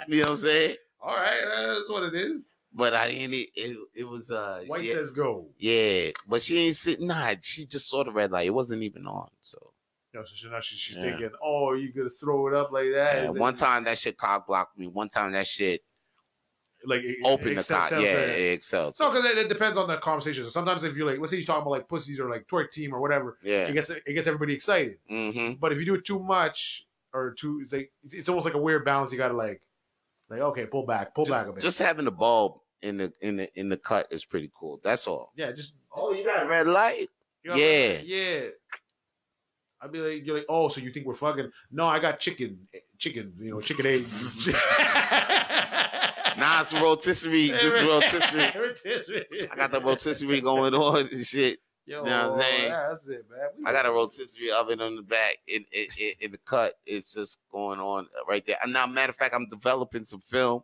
S1: You know what I'm saying?
S2: All right, that's what it is.
S1: But I didn't. e- It, it was uh.
S2: White
S1: yeah,
S2: says go.
S1: yeah, but she ain't sitting. Nah, she just saw the red light. It wasn't even on. So
S2: You know, so she, now she, she's
S1: Yeah.
S2: thinking, oh, are you gonna throw it up like that?
S1: Yeah,
S2: Is it-
S1: one time that shit cock blocked me. One time that shit
S2: like it-
S1: opened the
S2: it
S1: cock. Yeah,
S2: sounds like-
S1: it excelled.
S2: No, because it, it depends on the conversation. So sometimes if you're like, let's say you're talking about like pussies or like twerk team or whatever,
S1: yeah.
S2: it gets it gets everybody excited.
S1: Mm-hmm.
S2: But if you do it too much or too, it's like it's, it's almost like a weird balance. You gotta like, like okay, pull back, pull back a
S1: Just,
S2: bit.
S1: just having the bulb in the in the in the cut is pretty cool. That's all.
S2: yeah, just
S1: Oh, you got a red light?
S2: you know,
S1: Yeah.
S2: yeah. I'd be like, you're like, oh, so you think we're fucking? No, I got chicken, chickens, you know, chicken eggs.
S1: Nah, it's rotisserie. Just rotisserie.
S2: rotisserie.
S1: I got the rotisserie going on and shit.
S2: Yo,
S1: know what I'm saying?
S2: yeah, that's it, man. We-
S1: I got a rotisserie oven on the back in, in, in, in the cut. It's just going on right there. And now, matter of fact, I'm developing some film.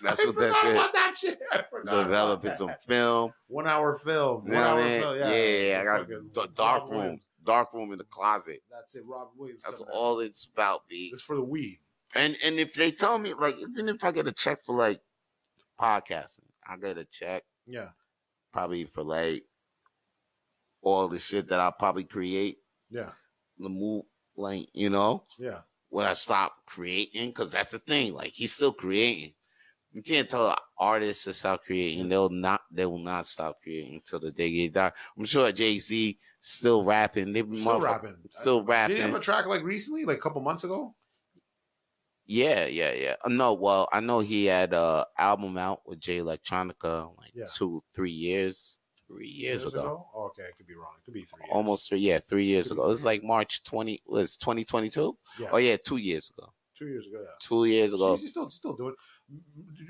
S1: That's
S2: I
S1: what that
S2: forgot
S1: shit.
S2: about that shit. I forgot about
S1: Developing
S2: that.
S1: some film.
S2: one hour film.
S1: You
S2: One
S1: know
S2: hour
S1: what I mean?
S2: film.
S1: Yeah,
S2: Yeah,
S1: I got a
S2: Fucking
S1: d- dark
S2: Robin
S1: room,
S2: Williams.
S1: dark room in the closet.
S2: That's it, Rob Williams.
S1: That's
S2: coming out.
S1: all it's about, B.
S2: It's for the weed.
S1: And and if they tell me, like, even if I get a check for like podcasting, I get a check
S2: Yeah,
S1: probably for like all the shit that I'll probably create.
S2: yeah,
S1: The move, like you know,
S2: yeah.
S1: when I stop creating, because that's the thing. Like he's still creating. You can't tell an artist to stop creating. They'll not. They will not stop creating until the day they die. I'm sure Jay Z still rapping. They
S2: Still
S1: motherfuck-
S2: rapping. Uh,
S1: Still
S2: Did
S1: rapping.
S2: he have a track like recently, like a couple months ago?
S1: yeah, yeah, yeah. Uh, No, well, I know he had a album out with Jay Electronica like
S2: Yeah.
S1: two, three years, three years, ago.
S2: Oh, okay, I could be wrong. It could be three. years.
S1: Almost three, yeah, three years
S2: Could be
S1: ago. It was
S2: three.
S1: like March twenty, was twenty twenty two.
S2: Yeah.
S1: Oh yeah, two years ago.
S2: two years ago. Yeah.
S1: Two years ago.
S2: Jeez, he's still still doing.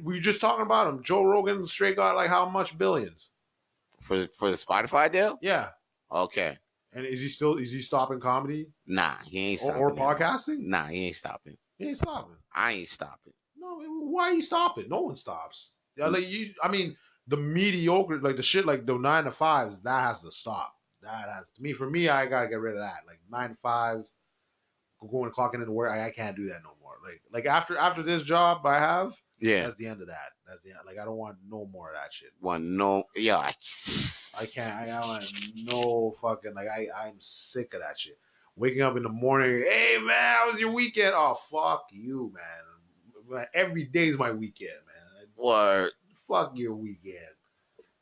S2: We were just talking about him. Joe Rogan straight got like how much billions?
S1: for for the Spotify deal?
S2: Yeah.
S1: Okay.
S2: And is he still is he stopping comedy
S1: Nah, he ain't
S2: or,
S1: stopping.
S2: or
S1: that.
S2: podcasting?
S1: Nah, he ain't stopping.
S2: He ain't stopping.
S1: I ain't stopping.
S2: No, why are you stopping? No one stops. Yeah, like you. I mean, the mediocre, like the shit, like the nine to fives, that has to stop. That has to me. For me, I gotta get rid of that. Like nine to fives, going and clocking into work. I, I can't do that no more. Like like after after this job I have,
S1: Yeah.
S2: that's the end of that. That's the end. Like I don't want no more of that shit.
S1: One no. Yeah. I,
S2: I can't. I don't want no fucking like. I I'm sick of that shit. Waking up in the morning. Hey man, how was your weekend? Oh fuck you, man. Man, Every day's my weekend, man.
S1: Or
S2: Fuck your weekend.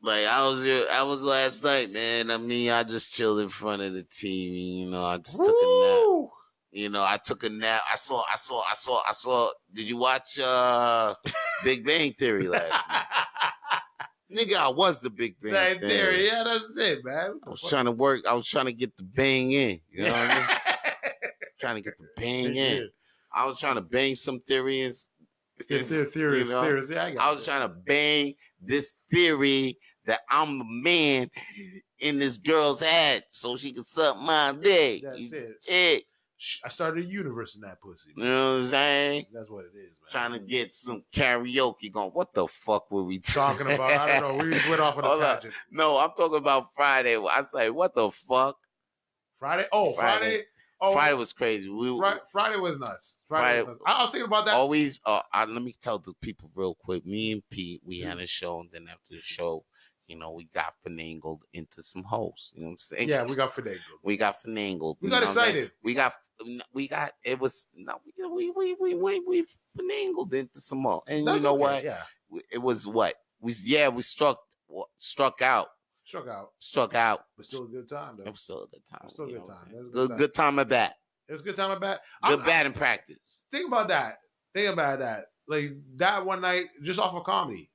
S1: like I was here. I was last night, man. I mean, I just chilled in front of the TV. You know, I just took a nap.
S2: Woo!
S1: You know, I took a nap. I saw. I saw. I saw. I saw. Did you watch uh Big Bang Theory last night? Nigga, I was the big bang.
S2: Right
S1: Theory.
S2: there, yeah, that's it, man.
S1: I was trying to work. I was trying to get the bang in. You know what I mean? trying to get the bang in. I was trying to bang some theory and s-
S2: It's their theory,
S1: you know,
S2: theories. Yeah, I got
S1: I was
S2: it.
S1: trying to bang this theory that I'm a man in this girl's head so she can suck my dick.
S2: That's
S1: You- eh,
S2: it.
S1: it.
S2: Sh- I started a universe in that pussy.
S1: You know what I'm saying?
S2: That's what it is, man.
S1: Trying to get some karaoke going. What the fuck were we
S2: talking about. I don't know. We just went off on a
S1: Hold up.
S2: tangent.
S1: No, I'm talking about Friday. I was like, what the fuck?
S2: Friday. Oh, Friday.
S1: Friday.
S2: Oh,
S1: Friday
S2: Friday.
S1: was crazy. We
S2: Friday was nuts. Friday.
S1: Friday-
S2: was nuts. I I was thinking about that.
S1: always. Uh, I, let me tell the people real quick. Me and Pete, we
S2: Mm-hmm.
S1: had a show, and then after the show, you know, we got finagled into some hoes. You know what I'm saying?
S2: yeah, we got Friday.
S1: we got finagled.
S2: We
S1: you
S2: got
S1: know what I'm saying?
S2: excited.
S1: We got, we got. It was no, we we we we we finagled into some more, and
S2: That's
S1: you know
S2: okay,
S1: what?
S2: Yeah.
S1: It was what we yeah we struck struck out
S2: Struck out,
S1: struck out.
S2: but still a good time, though.
S1: It was still a good time.
S2: Still a
S1: you
S2: good
S1: know what I'm
S2: time.
S1: saying?
S2: It was a good
S1: Good
S2: time.
S1: good time at bat.
S2: It was a good time at bat.
S1: Good
S2: I'm-
S1: batting practice.
S2: think about that. Think about that. Like that one night, just off of comedy,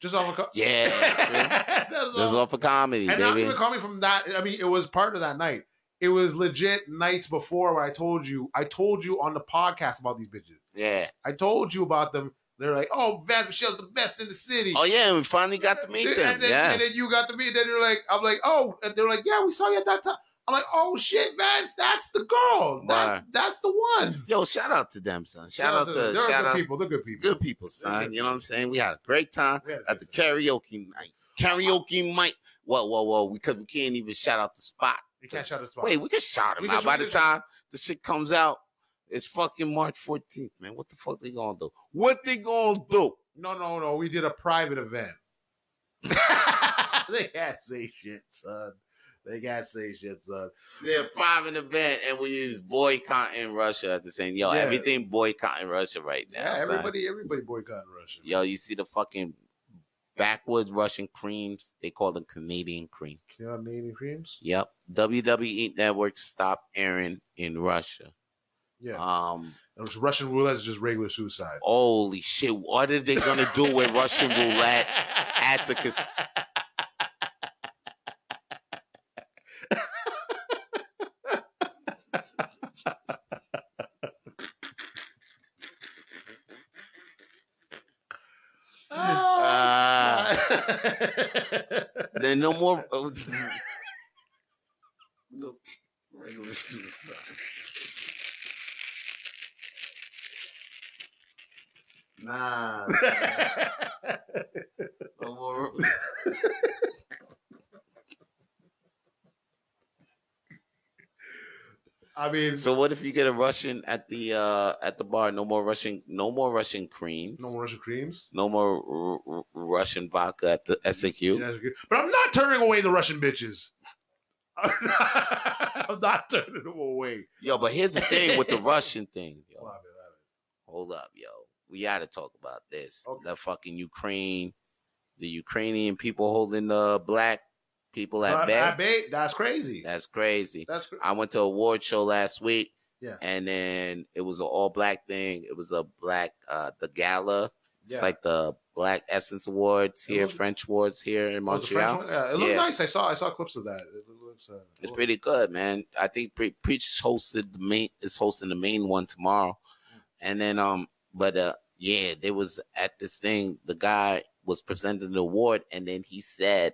S2: just off of comedy.
S1: Yeah, that's
S2: all.
S1: all for comedy,
S2: And not
S1: baby.
S2: even coming from that. I mean, it was part of that night. It was legit nights before where I told you. I told you on the podcast about these bitches.
S1: Yeah.
S2: I told you about them. They're like, oh, Vance Michelle's the best in the city.
S1: Oh yeah, we finally got to meet them.
S2: And then,
S1: yeah.
S2: and then you got to meet. Then you're like, I'm like, oh, and they're like, yeah, we saw you at that time. I'm like, oh shit, Vance, that's the girl.
S1: Right.
S2: That, that's the ones.
S1: Yo, shout out to them, son. Shout, out to
S2: they're
S1: shout
S2: good
S1: out
S2: people. They're good people.
S1: good people, son. You know what I'm saying? We had a great time
S2: We had a
S1: at the
S2: good
S1: karaoke night. Karaoke night. Whoa, whoa, whoa! Because we can't even shout out the spot.
S2: You can't shout us out.
S1: Wait, we can shout
S2: We
S1: them
S2: can
S1: out.
S2: shout-
S1: By
S2: we
S1: the
S2: can-
S1: time the shit comes out, it's fucking March 14th, man. What the fuck they gonna do? What they gonna do?
S2: No, no, no. We did a private event. they can't say shit, son. They can't say shit, son.
S1: They're private event, and we use boycotting Russia at the same. Yo,
S2: Yeah.
S1: everything boycotting Russia right now.
S2: Yeah,
S1: son.
S2: everybody, everybody boycotting Russia.
S1: Yo, you see the fucking backwoods Russian creams? They call them Canadian cream.
S2: You know what I mean? Creams.
S1: Yep. WWE E Network stopped airing in Russia.
S2: Yeah.
S1: Um,
S2: And it's Russian roulette is just regular suicide.
S1: holy shit! What are they gonna do with Russian roulette at the cas-
S2: Ah.
S1: Uh, then no more. uh, No, Regular suicide. Nah. No more.
S2: I mean,
S1: So what if you get a Russian at the uh at the bar? No more Russian. No more Russian creams.
S2: no more Russian creams.
S1: No more r- r- Russian vodka at the SAQ.
S2: Yeah, that's good. But I'm not turning away the Russian bitches. I'm not, I'm not turning them away.
S1: Yo, but here's the thing with the Russian thing. Yo.
S2: Love it, love it.
S1: Hold up, yo. We gotta talk about this.
S2: Okay.
S1: The fucking Ukraine, the Ukrainian people holding the black people at
S2: But
S1: bay.
S2: I bet that's crazy.
S1: That's crazy.
S2: That's cra-
S1: I went to a award show last week.
S2: Yeah.
S1: And then it was an all black thing. It was a black uh the gala. It's
S2: yeah.
S1: like the Black Essence Awards
S2: It
S1: here,
S2: was-
S1: French Awards here in
S2: It was a French
S1: Montreal.
S2: one? Yeah, it looked
S1: Yeah.
S2: nice. I saw I saw clips of that. It looks. Uh,
S1: It's pretty good, man. I think Pre- Preach is hosted the main is hosting the main one tomorrow,
S2: Hmm.
S1: and then um, but uh, yeah, there was at this thing. The guy was presenting the award, and then he said,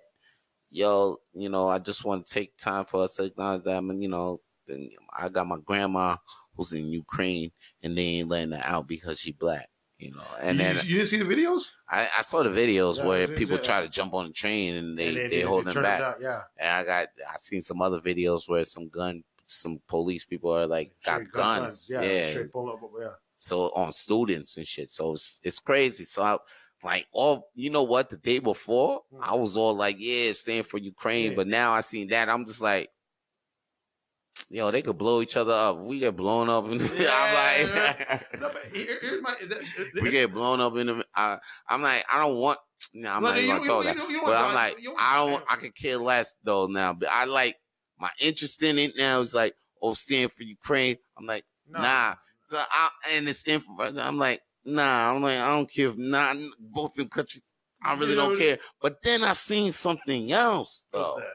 S1: "Yo, you know, I just want to take time for us to acknowledge that, I'm, you know, then I got my grandma who's in Ukraine, and they ain't letting her out because she black." You know, and
S2: you,
S1: then
S2: you didn't see the videos?
S1: I, I saw the videos
S2: Yeah,
S1: where
S2: it's- it's-
S1: people
S2: yeah.
S1: try to jump on the train and they,
S2: And
S1: they, hold them
S2: turn it
S1: back.
S2: down, Yeah.
S1: And I got I seen some other videos where some gun some police people are like got
S2: Straight
S1: guns.
S2: Yeah.
S1: Yeah.
S2: Straight pull up. Yeah.
S1: So on students and shit. So it's it's crazy. So I like all you know what, the day before,
S2: Hmm.
S1: I was all like, Yeah, stand for Ukraine.
S2: Yeah.
S1: But now I seen that, I'm just like Yo, they could blow each other up. We get blown up. and I'm like,
S2: No, but here, here's my. The, the,
S1: we get blown up in the. I, I'm like, I don't want. No, I'm
S2: No,
S1: not even
S2: no, you-
S1: gonna
S2: you-
S1: talk
S2: you
S1: that.
S2: don't- you don't
S1: but
S2: wanna
S1: I'm
S2: talk-
S1: like,
S2: you don't
S1: I
S2: wanna-
S1: don't. I could care less though now. But I like my interest in it now is like, oh, stand for Ukraine. I'm like,
S2: no.
S1: nah. So I and it's stand for. Russia. I'm like, nah. I'm like, I don't care if not both them countries. I really
S2: You know
S1: don't
S2: what-
S1: care. But then I seen something else
S2: What's
S1: though.
S2: that?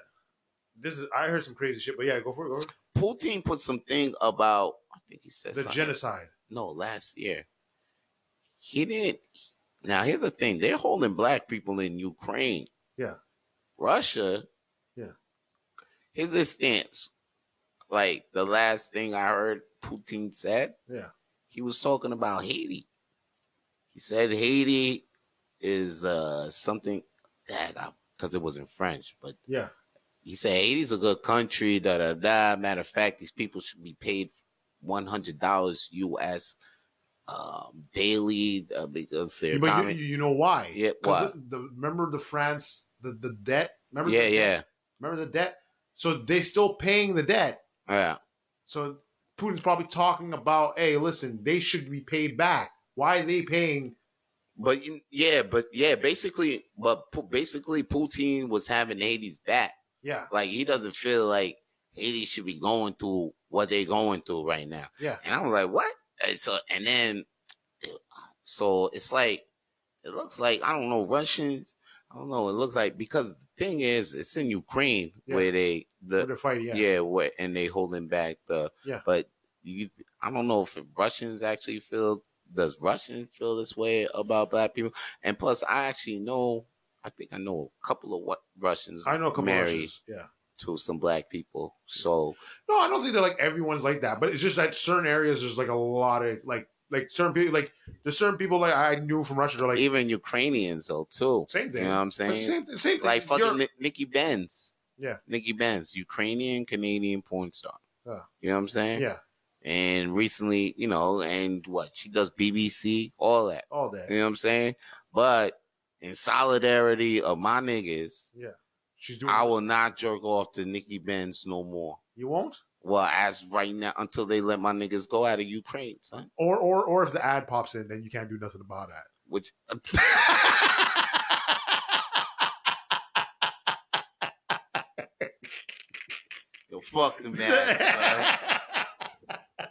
S2: This is I heard some crazy shit, but yeah, go for it. Go for it.
S1: Putin put something about I think he said
S2: The
S1: something.
S2: genocide.
S1: no last year. He didn't. Now here's the thing: they're holding black people in Ukraine.
S2: Yeah.
S1: Russia.
S2: Yeah.
S1: Here's his stance. Like the last thing I heard Putin said.
S2: Yeah.
S1: He was talking about Haiti. He said Haiti is uh something that because it was in French, but
S2: Yeah.
S1: he said Haiti's a good country. Da da da. Matter of fact, these people should be paid one hundred dollars U.S. Um, daily uh, because they're
S2: But you,
S1: common-
S2: you you know why?
S1: Yeah,
S2: 'Cause The, the, remember the France the, the debt. Remember
S1: yeah,
S2: the,
S1: yeah,
S2: Remember the debt. So they still paying the debt.
S1: yeah,
S2: So Putin's probably talking about, hey, listen, they should be paid back. Why are they paying?
S1: but you- yeah, but yeah, basically, but pu- basically, Putin was having Haiti's back.
S2: Yeah,
S1: Like he doesn't feel like Haiti should be going through what they're going through right now.
S2: yeah,
S1: And I was like, what? And so, and then, so it's like, it looks like, I don't know, Russians, I don't know, it looks like, because the thing is, it's in Ukraine
S2: Yeah.
S1: where they, the,
S2: they're fighting.
S1: yeah,
S2: Yeah.
S1: where, and they holding back the,
S2: Yeah.
S1: but you, I don't know if Russians actually feel, does Russian feel this way about black people? And plus, I actually know, I think I know a couple of what Russians
S2: I know a couple
S1: married
S2: of Russians. Yeah.
S1: to some black people. So,
S2: No, I don't think they're like everyone's like that, but it's just that certain areas there's like a lot of like like certain people like there's certain people like I knew from Russia they're like
S1: even Ukrainians though, too.
S2: same
S1: You
S2: thing.
S1: know what I'm
S2: But
S1: saying?
S2: Same, same
S1: like
S2: you're-
S1: fucking Ni- Nikki Benz.
S2: Yeah.
S1: Nikki Benz, Ukrainian Canadian porn star.
S2: Yeah.
S1: You know what I'm saying?
S2: Uh. Yeah.
S1: And recently, you know, and what she does BBC, all that.
S2: all that.
S1: You know what I'm saying? But in solidarity of my niggas,
S2: She's doing.
S1: I will not jerk off to Nikki Benz no more.
S2: you won't,
S1: Well, as right now, until they let my niggas go out of Ukraine, son.
S2: or or or if the ad pops in, then you can't do nothing about that.
S1: Which Yo, fuck the man, son.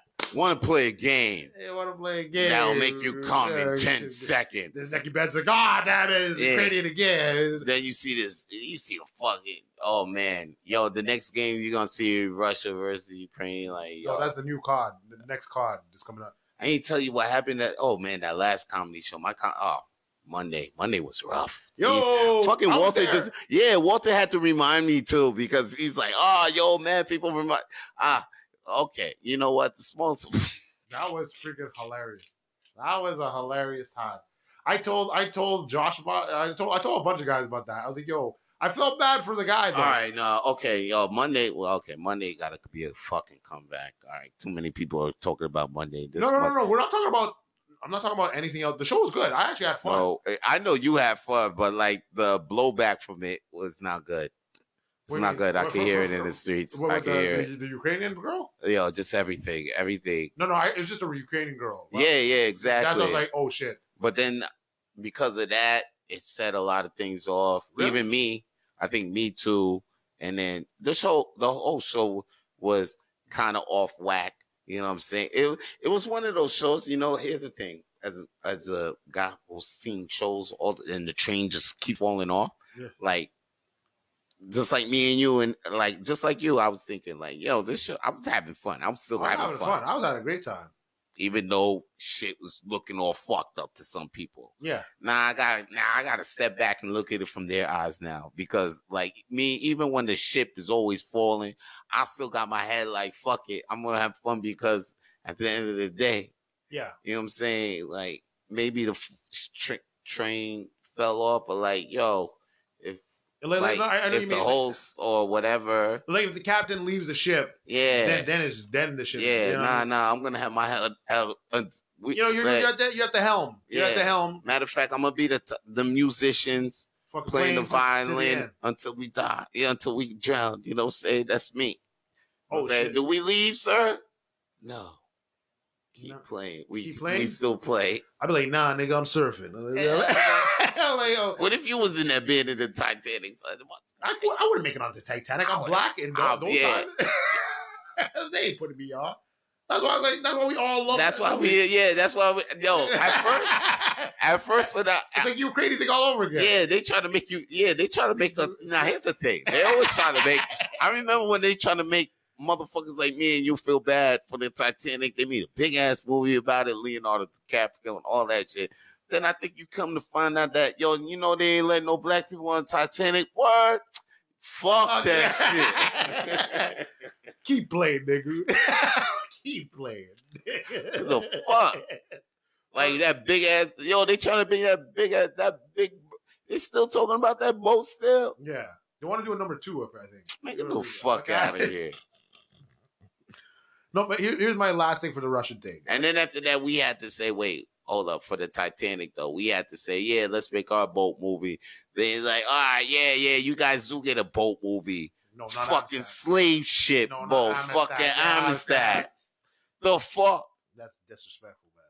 S1: want to play a game
S2: They want to play a game.
S1: that'll make you come in 10
S2: This
S1: seconds.
S2: Nicky Benz like, ah, damn it, it's
S1: Yeah.
S2: Ukrainian again.
S1: Then you see this, you see a fucking, oh man, yo, the next game you're going to see Russia versus Ukraine. Like,
S2: Yo,
S1: yo,
S2: Oh, that's the new card. The next card is coming up.
S1: I ain't tell you what happened that, oh man, that last comedy show, my, con- oh, Monday, Monday was rough. Jeez.
S2: Yo,
S1: Fucking
S2: I was
S1: Walter
S2: there.
S1: just yeah, Walter had to remind me too because he's like, oh yo man, people remind ah okay, you know what? The small
S2: That was freaking hilarious. That was a hilarious time. I told I told Josh about I told I told a bunch of guys about that. I was like, yo, I felt bad for the guy though.
S1: All right, no, okay, yo, Monday. Well, okay, Monday got to be a fucking comeback. All right, too many people are talking about Monday. This
S2: no, no, no,
S1: month.
S2: no, We're not talking about I'm not talking about anything else. The show was good. I actually had fun.
S1: Well, I know you had fun, but like the blowback from it was not good. It's
S2: What do you
S1: not
S2: mean?
S1: good. I
S2: What-
S1: can
S2: for-
S1: hear
S2: for-
S1: it in
S2: for-
S1: the streets.
S2: What
S1: I
S2: with
S1: can
S2: the,
S1: hear
S2: the, the Ukrainian girl?
S1: it. Yo, just everything, everything.
S2: No, no, I, it was just a Ukrainian girl. Well,
S1: yeah, yeah,
S2: That's
S1: exactly.
S2: what I was like, oh shit.
S1: but then because of that, it set a lot of things off.
S2: Really?
S1: Even me, I think me too. And then the show, the whole show was kind of off whack. You know what I'm saying? It it was one of those shows. You know, here's the thing: as as a guy who's seen shows all and the train just keep falling off,
S2: Yeah.
S1: like just like me and you, and like just like you, I was thinking like, yo, this show. I was having fun. I'm
S2: I
S1: still
S2: was Oh, having fun.
S1: fun,
S2: I was having a great time.
S1: even though shit was looking all fucked up to some people
S2: Yeah.
S1: nah, I got now I gotta step back and look at it from their eyes now. Because like me, even when the ship is always falling, I still got my head like fuck it. I'm gonna have fun because at the end of the day,
S2: Yeah.
S1: you know what I'm saying? Like maybe the f- tra- train fell off, but like yo, if
S2: Like,
S1: like,
S2: no, I, I know you
S1: if the
S2: mean,
S1: host or whatever,
S2: like, like if the captain leaves the ship,
S1: yeah,
S2: then then is then the ship.
S1: yeah,
S2: you know?
S1: nah, nah, I'm gonna have my head. head, uh, we-
S2: You know, you're,
S1: like,
S2: you're, at the, you're at the helm. You're at the
S1: Yeah.
S2: helm.
S1: matter of fact, I'm gonna be the t- the musicians.
S2: Fucking
S1: playing the
S2: to- to
S1: violin
S2: end.
S1: until we die, yeah, until we drown. You know, say that's me.
S2: Oh,
S1: Say,
S2: shit.
S1: do we leave, sir? No. Keep
S2: No.
S1: playing. We
S2: Keep playing?
S1: we still play.
S2: I'd be like, nah, nigga, I'm surfing. I'm like, yo,
S1: What if you was in that bed in the Titanic? son?
S2: I, cou- I
S1: Oh,
S2: wouldn't make it on the Titanic.
S1: I
S2: I'm
S1: would-
S2: black and
S1: I'll-
S2: don't
S1: yeah.
S2: they ain't putting me on. That's why I was like, that's why we all love.
S1: That's why we, yeah, that's why we, yo, at first, at first, when I,
S2: it's like you were crazy thing all over
S1: yeah.
S2: again.
S1: they try to make you, yeah, they try to make us, now here's the thing, they always try to make, I remember when they try to make motherfuckers like me and you feel bad for the Titanic, they made a big ass movie about it, Leonardo DiCaprio and all that shit. Then I think you come to find out that, yo, you know, they ain't let no black people on Titanic, word, fuck
S2: Fuck
S1: that shit.
S2: Keep playing, nigga. Keep playing.
S1: the fuck? Like that big ass, yo, they trying to bring that big ass, that big. They still talking about that boat still.
S2: Yeah. They want to do a number two up, I think.
S1: Man, get the fuck out of here.
S2: No, but here, here's my last thing for the Russian thing.
S1: And then after that, we had to say, wait, hold up, for the Titanic though, we had to say, yeah, let's make our boat movie. They like, all right, yeah, yeah, you guys do get a boat movie.
S2: No, not
S1: fucking
S2: Amistad.
S1: slave ship
S2: No, not
S1: boat,
S2: Amistad.
S1: fucking
S2: Yeah,
S1: Amistad. The fuck,
S2: That's disrespectful, man.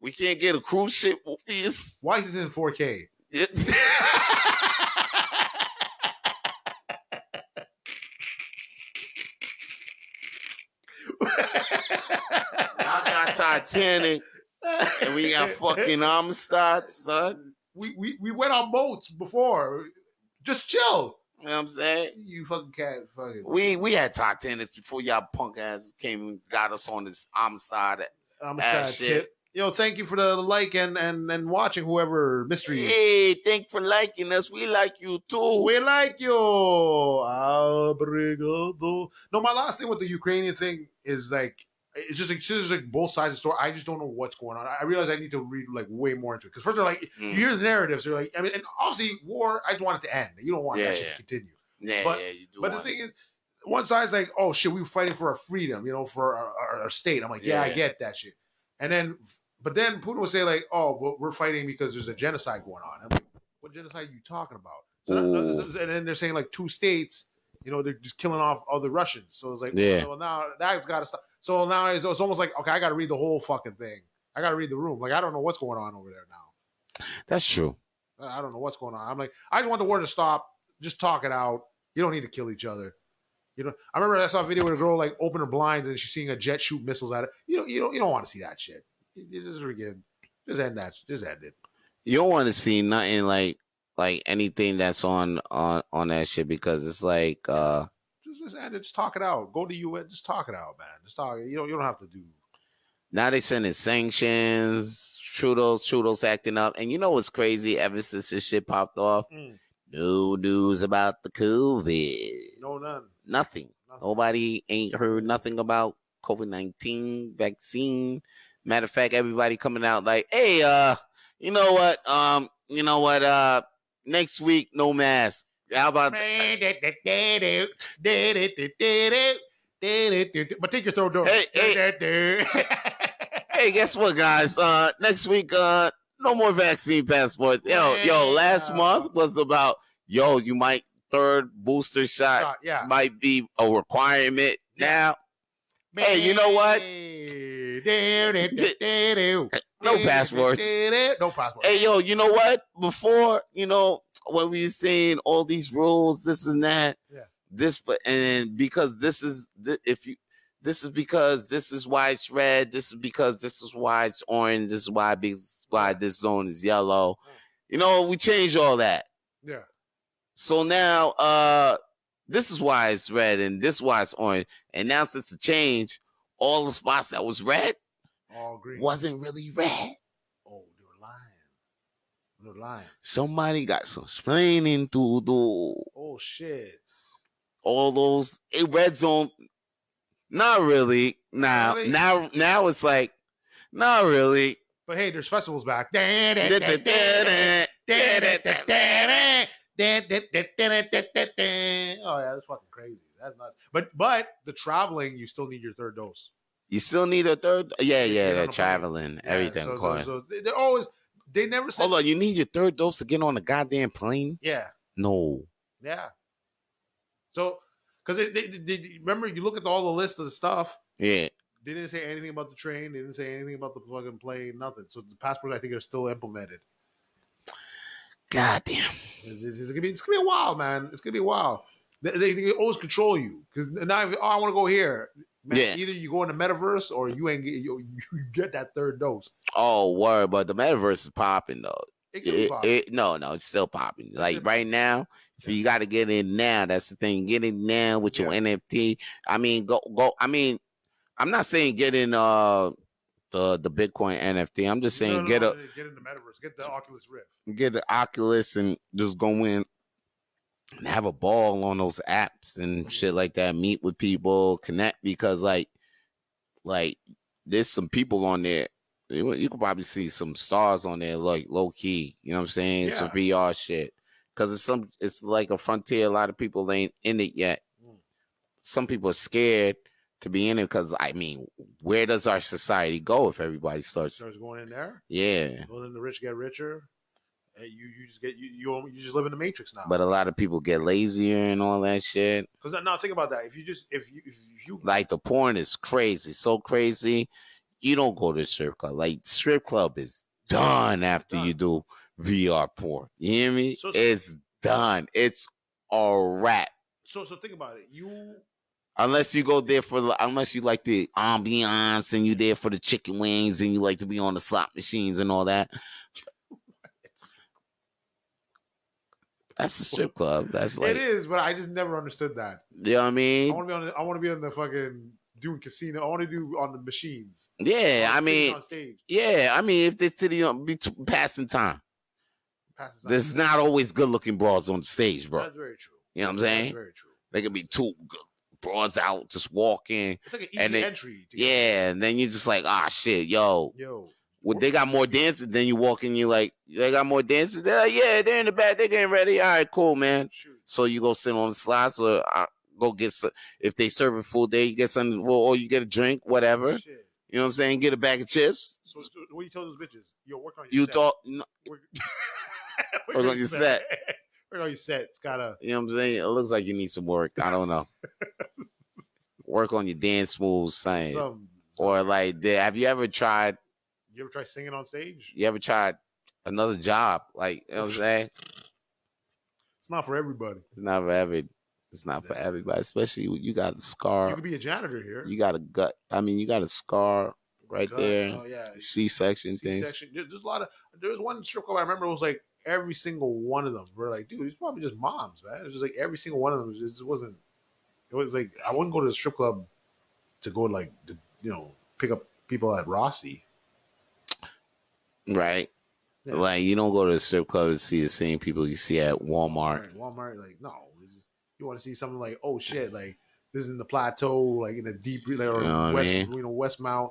S1: we can't get a cruise ship movie. It's-
S2: Why is this in 4K?
S1: It- I got Titanic and we got fucking Amistad, son.
S2: We, we, we went on boats before. Just chill.
S1: You know what I'm saying?
S2: You fucking cat. Fucking.
S1: We we had Titanic before y'all punk asses came and got us on this Amistad.
S2: I'm a
S1: Ah,
S2: sad
S1: shit.
S2: tip. Yo, thank you for the like and and and watching whoever mystery. is.
S1: Hey, thanks for liking us. We like you too.
S2: We like you. Abrigado. No, my last thing with the Ukrainian thing is like it's just like it's just like both sides of the story. I just don't know what's going on. I I realize I need to read like way more into it because first they're like you
S1: Mm.
S2: hear the narratives. They're like I mean, and obviously war. I just want it to end. You don't want
S1: Yeah,
S2: that shit
S1: yeah.
S2: to continue.
S1: Yeah,
S2: But-
S1: yeah, you do.
S2: But the
S1: want
S2: thing is, one side's like, oh shit, we were fighting for our freedom, you know, for our, our, our state. I'm like, yeah,
S1: Yeah.
S2: I get that shit. And then, but then Putin would say like, oh, well, we're fighting because there's a genocide going on. I'm like, what genocide are you talking about? So
S1: Ooh.
S2: and then they're saying like two states, you know, they're just killing off other Russians. So it's like,
S1: Yeah.
S2: well, now that's got to stop. So now it's, it's almost like, okay, I got to read the whole fucking thing. I got to read the room. Like, I don't know what's going on over there now.
S1: That's true.
S2: I I don't know what's going on. I'm like, I just want the war to stop. Just talk it out. You don't need to kill each other. You know, I remember I saw a video with a girl like open her blinds and she's seeing a jet shoot missiles at it. You don't, you don't, you don't want to see that shit. You- you Just again, just end that. Just end it.
S1: you don't want to see nothing like like anything that's on on on that shit because it's like uh
S2: Just, just end it. Just talk it out. Go to UN. Just talk it out, man. Just talk. You don't, you don't have to do.
S1: now they sending sanctions trudeau's trudeau's acting up and you know what's crazy ever since this shit popped off no news about the covid
S2: No, none.
S1: nothing
S2: Nothing.
S1: nobody ain't heard nothing about covid-19 vaccine matter of fact everybody coming out like hey uh you know what um you know what uh next week no mask how about
S2: But take your throw door.
S1: Hey, hey, guess what, guys? Uh, next week, uh, no more vaccine passport. Yo, yo, last
S2: Yeah.
S1: month was about yo, you might third booster shot
S2: yeah.
S1: might be a requirement now. Hey, you know what? No
S2: No
S1: passwords.
S2: No passwords.
S1: Hey, yo, you know what? Before, you know, when we were saying all these rules, this and that,
S2: Yeah.
S1: this, but and then because this is th- if you. This is because this is why it's red. This is because this is why it's orange. This is why this is why this zone is yellow. You know, we changed all that.
S2: Yeah.
S1: So now, uh, this is why it's red and this is why it's orange. And now since the change, all the spots that was red
S2: All green.
S1: wasn't really red.
S2: Oh, they were lying. They were lying.
S1: Somebody got some explaining to do.
S2: Oh shit.
S1: All those eh, red zone, not really. Now,
S2: Really?
S1: now, now it's like, not really.
S2: But hey, there's festivals back.
S1: Da-da-da-da.
S2: Oh yeah, that's fucking crazy. That's nuts. But but the traveling, you still need your third dose.
S1: You still need a third. Yeah,
S2: You
S1: yeah,
S2: get on
S1: the
S2: a plane.
S1: traveling,
S2: Yeah,
S1: everything.
S2: So,
S1: of
S2: so,
S1: course.
S2: so they- they're always they never said.
S1: Hold on, you need your third dose to get on a goddamn plane?
S2: Yeah,
S1: No.
S2: yeah. So, because they, they, they, they- remember, you look at all the list of the stuff.
S1: Yeah.
S2: They didn't say anything about the train. They didn't say anything about the fucking plane. Nothing. So the passports, I think, are still implemented.
S1: Goddamn.
S2: It's, it's- it's gonna be it's gonna be a while, man. It's gonna be a while. They, they, they always control you because now if, oh, I want to go here. Man,
S1: Yeah.
S2: Either you go in the metaverse or you ain't get, you, you get that third dose.
S1: Oh, word, but the metaverse is popping though.
S2: It could
S1: It,
S2: pop.
S1: it, no, no, it's still popping. Like
S2: Good.
S1: right now, if you got to get in now, that's the thing. Get in now with your NFT. I mean, go go. I mean, I'm not saying get in uh the the Bitcoin NFT. I'm just saying
S2: No, no,
S1: get
S2: no,
S1: a
S2: get in the metaverse, get the Oculus Rift.
S1: get the Oculus and just go in and have a ball on those apps and shit like that. Meet with people, connect because like like there's some people on there. You you could probably see some stars on there, like low key. You know what I'm saying? Some
S2: Yeah.
S1: VR shit. Cause it's some it's like a frontier. A lot of people ain't in it yet.
S2: Mm.
S1: Some people are scared to be in it because I mean, where does our society go if everybody starts?
S2: Starts going in there.
S1: Yeah.
S2: Well, then the rich get richer. And you you just get you you, you just live in the matrix now.
S1: But uh, a lot of people get lazier and all that shit.
S2: Because now think about that. If you just if you if you
S1: like the porn is crazy, so crazy. You don't go to strip club. Like strip club is done after you do VR porn. You hear me?
S2: So-
S1: it's done. It's a wrap.
S2: so so think about it. You
S1: Unless you go there for the- unless you like the ambiance and you there for the chicken wings and you like to be on the slot machines and all that. That's a strip club. That's like
S2: it is, but I just never understood that.
S1: you know what I
S2: I
S1: mean?
S2: want to be on. The, I want to be on the fucking doing casino. I want to do on the machines.
S1: Yeah,
S2: On
S1: I
S2: stage-
S1: mean,
S2: on stage.
S1: yeah, I mean, if they city on be t- passing time.
S2: Passes out.
S1: There's not always good looking broads on stage, bro.
S2: That's very true.
S1: You know what I'm
S2: That's
S1: saying?
S2: very true.
S1: There could be two good broads out just walking.
S2: It's like an easy
S1: And they-
S2: entry. To get-
S1: Yeah, and then you're just like, ah, shit, yo.
S2: Yo.
S1: Well, they got more dancers. Then you walk in, you like, they got more dancers. They're like, yeah, they're in the back. They're getting ready. All right, cool, man.
S2: Shoot.
S1: So you go sit on the slides or uh, go get some. If they serving food, there you get something, well, or you get a drink, whatever.
S2: Shit.
S1: You know what I'm saying? Get a bag of chips.
S2: So, so what do you tell those bitches? Yo, work on your
S1: You
S2: set.
S1: thought, no,
S2: Work,
S1: Work on your
S2: work on your set. It's gotta.
S1: You know what I'm saying? It looks like you need some work. I don't know. work on your dance moves, saying.
S2: Some, some-
S1: or like the, have you ever tried
S2: you ever try singing on stage?
S1: you ever tried another job like you know what i'm saying
S2: It's not for everybody.
S1: it's not for every it's not for everybody especially when you got the
S2: you
S1: scar
S2: could be a janitor here.
S1: you got a gut i mean you got a scar right
S2: Cut.
S1: there
S2: Oh yeah.
S1: c-section things
S2: C-section. There's, there's a lot of. There was one strip club I remember. It was like every single one of them. We're like, dude, it's probably just moms, man. It was just like every single one of them. It just wasn't. It was like I wouldn't go to the strip club to go like to, you know pick up people at Rossi.
S1: right
S2: Yeah.
S1: like you don't go to a strip club to see the same people you see at walmart
S2: Right, Walmart, like no, It's just- you want to see something like oh shit, like this is in the plateau, like in the deep, like or
S1: You know what I
S2: west,
S1: mean?
S2: you know Westmount.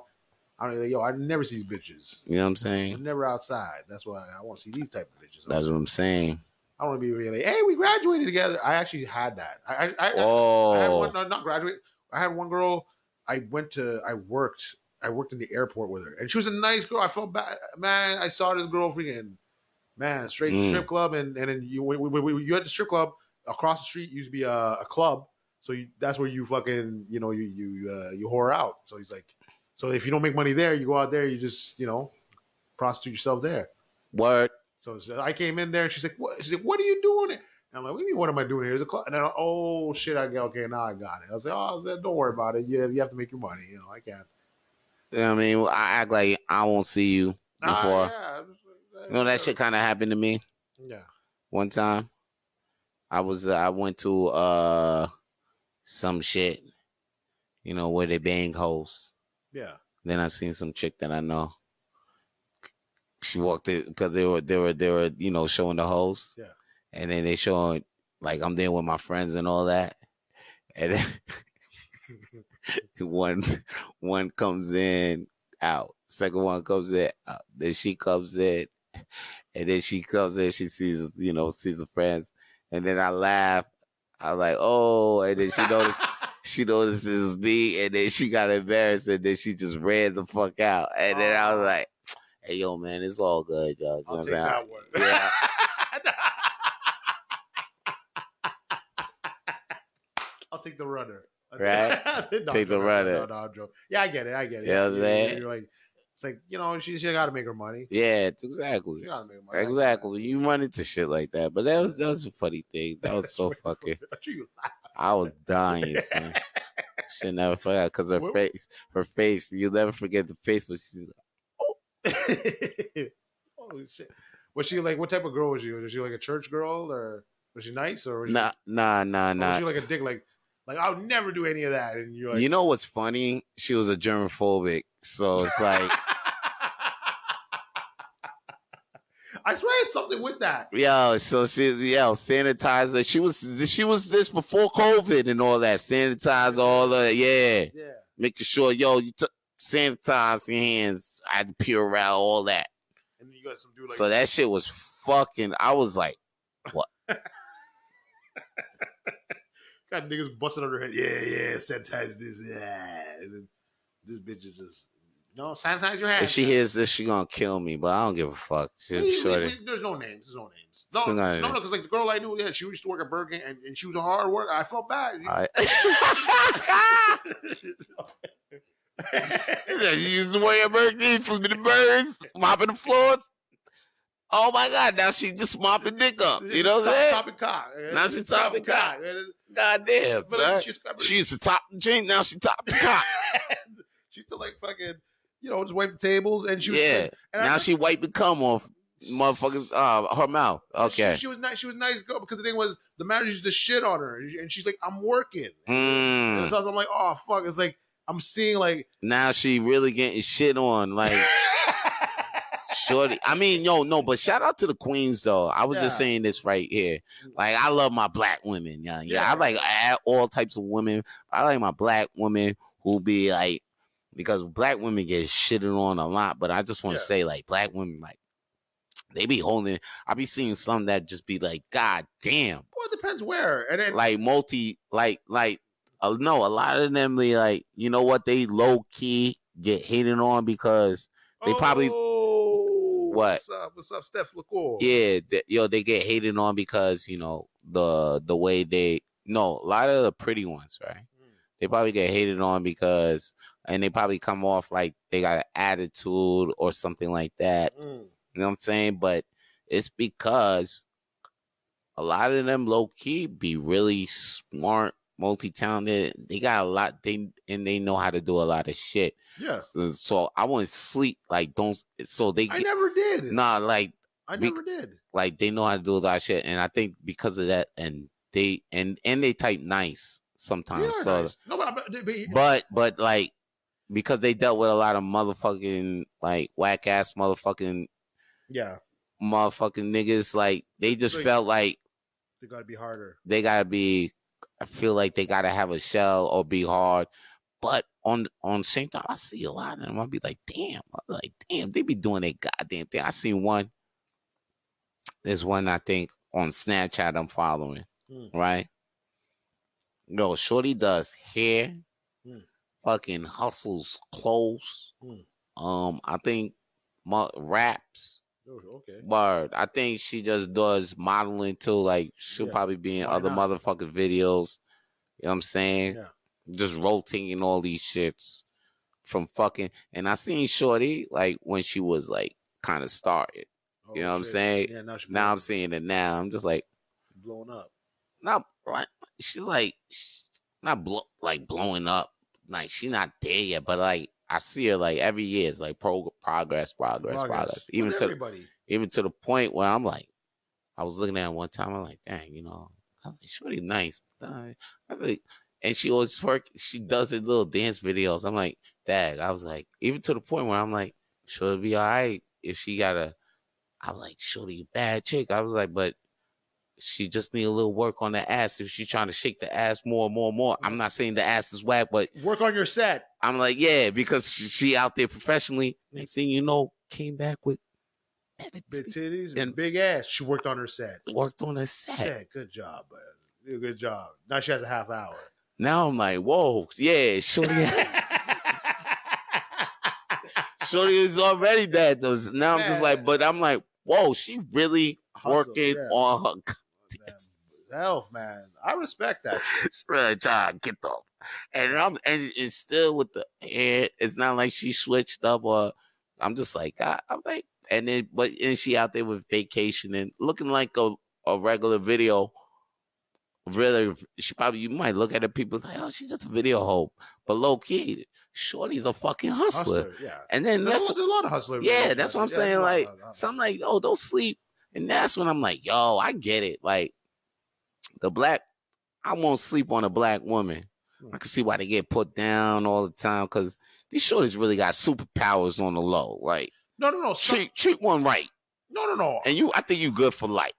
S2: I don't like, yo, I never see these bitches.
S1: you know what i'm
S2: I'm
S1: saying
S2: never outside. That's why I want to see these type of bitches.
S1: that's what i'm saying
S2: I want to be really. Hey, we graduated together. I actually had that. I I, I, I had
S1: oh
S2: one. no, Not graduate. I had one girl. I went to. I worked. I worked in the airport with her, and she was a nice girl. I felt bad, man. I saw this girl freaking, man, straight
S1: Mm.
S2: strip club, and and then you we, we, we, you had the strip club across the street used to be a, a club, so you, that's where you fucking you know you you uh, you whore out. So he's like, so if you don't make money there, you go out there, you just you know, prostitute yourself there.
S1: word
S2: So, so I came in there and she's like, "What?" She's like, "What are you doing?" Here? And I'm like, "What do you mean? What am I doing here? It's a club." And then, oh shit, I go, "Okay, now I got it." I was like, "Oh, I was like, don't worry about it. You you have to make your money. You know, I can't."
S1: You know what i mean i act like i won't see you
S2: Ah,
S1: before
S2: yeah, I was like,
S1: you know that shit kind of happened to me
S2: Yeah.
S1: one time. I was I went to uh some shit, you know, where they bang hoes.
S2: Yeah.
S1: Then I seen some chick that I know. She walked in because they were they were they were you know showing the hoes.
S2: Yeah.
S1: And then they showing like I'm there with my friends and all that, and then one one comes in out, second one comes in, out. then she comes in, and then she comes in, she sees you know sees her friends, and then I laugh. I'm like, oh, and then she notices she notices me, and then she got embarrassed, and then she just ran the fuck out, and then I was like, hey yo man, it's all good, yo. You know what
S2: I'll
S1: I'm
S2: take
S1: saying?
S2: that one.
S1: Yeah.
S2: I'll take the runner. I'll
S1: Right?
S2: take No,
S1: Take the
S2: no, no,
S1: runner.
S2: No, no, I'm joking. Yeah, I get it. I get it.
S1: You know what I'm saying?
S2: You're like, it's like you know, she she got to make her money.
S1: Yeah, exactly.
S2: She got to make her money.
S1: Exactly. You run into shit like that. But that was that was a funny thing. That was so fucking
S2: I get it.
S1: I was dying, son. She never forgot because her
S2: Wh-
S1: face, her face. You never forget the face when she's
S2: Holy shit. Was she like what type of girl was she? Was she like a church girl or was she nice or was she,
S1: nah, nah, nah,
S2: or
S1: nah.
S2: was she like a dick like like I'll never do any of that and you're like
S1: you know what's funny? She was a germophobic, so it's like,
S2: I swear it's something with that.
S1: yo, so she, yo, sanitizer. She was, she was this before COVID and all that. Sanitize all the, yeah,
S2: Yeah.
S1: making sure, yo, you took sanitize your hands. I had Purell, all that.
S2: And then you got some dude like
S1: so that shit was fucking. I was like,
S2: got niggas busting on their head. Yeah, yeah, sanitize this. Yeah. And then this bitch is just no, sanitize your hands.
S1: if she hears this, she gonna kill me. But I don't give a fuck. She,
S2: We- we-
S1: sure that-
S2: we- there's no names. There's no names. No,
S1: Still not
S2: no,
S1: a
S2: no,
S1: name.
S2: because like the girl I knew, yeah, she used to work at Burger King, and, and she was a hard worker. I felt bad.
S1: I, She's wearing birthday, flipping the birds, mopping the floors. Oh my god, now she just mopping dick up. You know what I'm saying?
S2: Top and cock.
S1: Now she top and cock.
S2: and-
S1: God damn,
S2: But like,
S1: son.
S2: she's,
S1: She used to top the drink, now she top the cop.
S2: she's still like fucking, you know, just wipe the tables, and she was
S1: Yeah.
S2: and I
S1: Now
S2: thought-
S1: she wiping cum off motherfuckers uh, her mouth. Okay.
S2: She, she was nice. She was a nice girl because the thing was the manager used to shit on her, and she's like, "I'm working." And
S1: Mm.
S2: so I was- I'm like, "Oh fuck!" It's like I'm seeing like
S1: Now she really getting shit on. Like Shorty. I mean, yo, no, but shout out to the queens though. I was just
S2: Yeah.
S1: saying this right here. Like, I love my black women. Yeah, yeah. I
S2: Yeah.
S1: like a- all types of women. I like my black women who be like, because black women get shitted on a lot. But I just want to
S2: Yeah.
S1: say, like, black women, like, they be holding. I be seeing some that just be like, God damn,
S2: well, it depends where, and then
S1: like multi, like, like, uh, no, a lot of them be like, you know what? They low key get hated on because They probably-
S2: Oh,
S1: What?
S2: What's up? What's up, Steph LaCour?
S1: Yeah, th- yo, they get hated on because you know the the way they no a lot of the pretty ones, right?
S2: Mm.
S1: They probably get hated on because and they probably come off like they got an attitude or something like that.
S2: Mm.
S1: You know what I'm saying? But it's because a lot of them low key be really smart, multi talented. They got a lot. They and they know how to do a lot of shit.
S2: Yes,
S1: So, so I wouldn't sleep like don't. So they
S2: I
S1: get,
S2: never did.
S1: nah like
S2: I
S1: we-
S2: never did.
S1: like they know how to do a lot of shit, and I think because of that, and they and and they type nice
S2: They
S1: sometimes.
S2: are
S1: So,
S2: nice. No, but, but, but,
S1: but but like because they dealt with a lot of motherfucking like whack ass motherfucking
S2: yeah,
S1: motherfucking niggas, like they just
S2: Like-
S1: felt like
S2: they got to be harder.
S1: they gotta be. I feel like they gotta have a shell or be hard. But on on the same time, I see a lot of them. I'll be like, damn, i be like damn, they be doing that goddamn thing. I seen one. There's one I think on Snapchat I'm following,
S2: Hmm.
S1: right? No, Shorty does hair,
S2: Hmm.
S1: fucking hustles clothes.
S2: Hmm.
S1: Um, I think mo- raps.
S2: Oh, Okay.
S1: Word. I think she just does modeling too. Like she'll
S2: Yeah.
S1: probably be in
S2: Why
S1: other
S2: not?
S1: motherfucking videos. You know what I'm saying?
S2: Yeah.
S1: Just rotating all these shits from fucking and I seen Shorty like when she was like kind of started.
S2: Oh,
S1: You know what I'm
S2: shit.
S1: saying?
S2: Yeah, now, she's
S1: Now I'm seeing it now. I'm just like,
S2: blowing up.
S1: not like she like sh- not blow like blowing up. Like she not there yet, but like I see her like every year it's like pro- progress, progress, progress.
S2: With
S1: Even to
S2: everybody.
S1: even to the point where I'm like, I was looking at her one time, I'm like, dang, you know, I was like, shorty nice. I think, and she always twerk, she does her little dance videos. I'm like, dad, I was like, even to the point where I'm like, she'll be all right if she got a, I'm like, shorty, you bad chick. I was like, but she just need a little work on the ass if she trying to shake the ass more and more and more. I'm not saying the ass is whack, but
S2: Work on your set.
S1: I'm like, yeah, because she, she out there professionally. Next thing you know, came back with.
S2: Big titties and
S1: And-
S2: big ass. She worked on her set.
S1: worked on a set.
S2: Yeah, good job, man. You did a Good job. Now she has a half hour.
S1: Now I'm like, whoa, Oh, yeah, Shorty, Shorty is already bad. Though now I'm just like, but I'm like, whoa, she really
S2: Hustle,
S1: working
S2: yeah.
S1: on her
S2: Health, man. I respect that.
S1: really trying to get off. And I'm and it's still with the hair. It's not like she switched up or I'm just like, God, I'm like, and then but and she out there with vacation and looking like a, a regular video really she probably you might look at her people like, oh, she's just a video hope. But low key, Shorty's a fucking hustler.
S2: Hustler, yeah.
S1: And then
S2: There's,
S1: that's
S2: a, there's a lot of hustler.
S1: yeah,
S2: hustler.
S1: that's what I'm
S2: Yeah, there's
S1: saying.
S2: a lot,
S1: Like,
S2: a lot, a lot.
S1: so I'm like, oh, don't sleep. And that's when I'm like, yo, I get it. Like, the black, I won't sleep on a black woman.
S2: Hmm.
S1: I can see why they get put down all the time because these shorties really got superpowers on the low. Like,
S2: no, no, no, some-
S1: treat treat one right,
S2: no, no, no.
S1: and you, I think you good for life.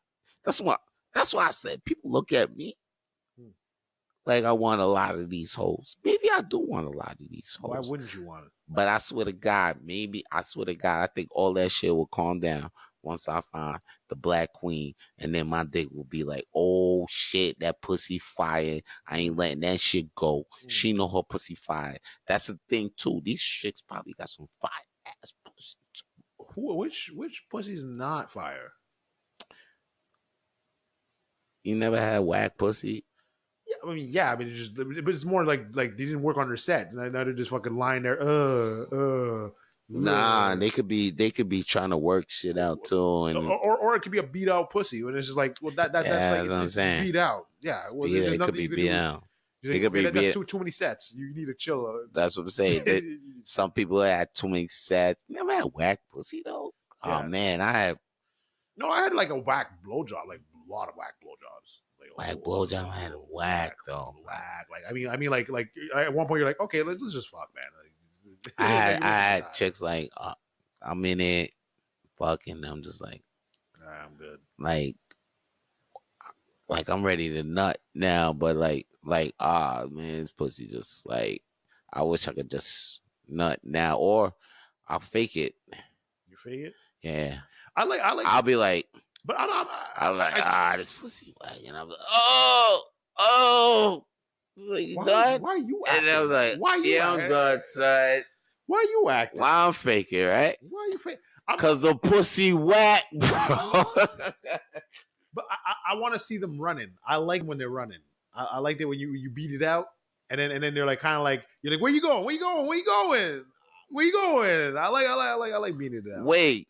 S1: That's what that's why I said people look at me
S2: Hmm.
S1: like I want a lot of these hoes. Maybe I do want a lot of these
S2: Why
S1: hoes.
S2: wouldn't you want it?
S1: But I swear to God, maybe I swear to God, I think all that shit will calm down once I find the black queen, and then my dick will be like, "Oh shit, that pussy fire! I ain't letting that shit go.
S2: Mm.
S1: She know her pussy fire. That's the thing too. These chicks probably got some fire ass pussy. Too.
S2: Who, which which pussy's not fire?
S1: You never had whack pussy?
S2: Yeah, I mean, yeah, I mean, it's just, but it's more like like they didn't work on their set. Now now they're just fucking lying there. Uh, uh.
S1: Nah,
S2: uh.
S1: they could be they could be trying to work shit out too, and
S2: or, or or it could be a beat out pussy, and it's just like, well, that, that
S1: Yeah,
S2: that's
S1: that's
S2: like
S1: what I'm
S2: it's, it's
S1: saying.
S2: beat out. Yeah, well,
S1: yeah,
S2: there's
S1: it
S2: nothing
S1: could
S2: you
S1: be
S2: can do.
S1: beat out.
S2: You're
S1: It
S2: like,
S1: could be
S2: that- that's
S1: beat-
S2: too too many sets. You need to chill. uh,
S1: That's what I'm saying. They- some people had too many sets. Never had whack pussy though.
S2: Yeah.
S1: Oh man, I had
S2: no, I had like a whack blowjob, like a lot of whack blowjobs. Like,
S1: Whack
S2: oh,
S1: blowjob, I had a
S2: oh,
S1: whack, though.
S2: Whack. Like I mean, I mean, like like at one point you're like, okay, let's, let's just fuck, man. Like,
S1: I had
S2: like,
S1: I had
S2: nah,
S1: chicks like uh, I'm in it, fucking. I'm just like
S2: Nah, I'm good.
S1: like like I'm ready to nut now, but like like ah man, this pussy just like I wish I could just nut now or I'll fake it.
S2: You feel it?
S1: Yeah,
S2: I like I like,
S1: I'll be like
S2: but I'm, I'm,
S1: I'm like
S2: I-
S1: ah this pussy whack, and I'm like oh oh like, you
S2: why,
S1: done?
S2: why are you acting?
S1: And I was like,
S2: why are you
S1: yeah,
S2: acting?
S1: I'm done, son.
S2: Why are you acting? Why,
S1: Why I'm faking, right?
S2: are you? Fa- I'm-
S1: Cause the pussy whack, bro.
S2: But I, I, I want to see them running. I like when they're running. I, I like that when you you beat it out, and then and then they're like kind of like you're like, where you going? Where you going? Where you going? Where you going? I like I like I like I like beating it out.
S1: wait,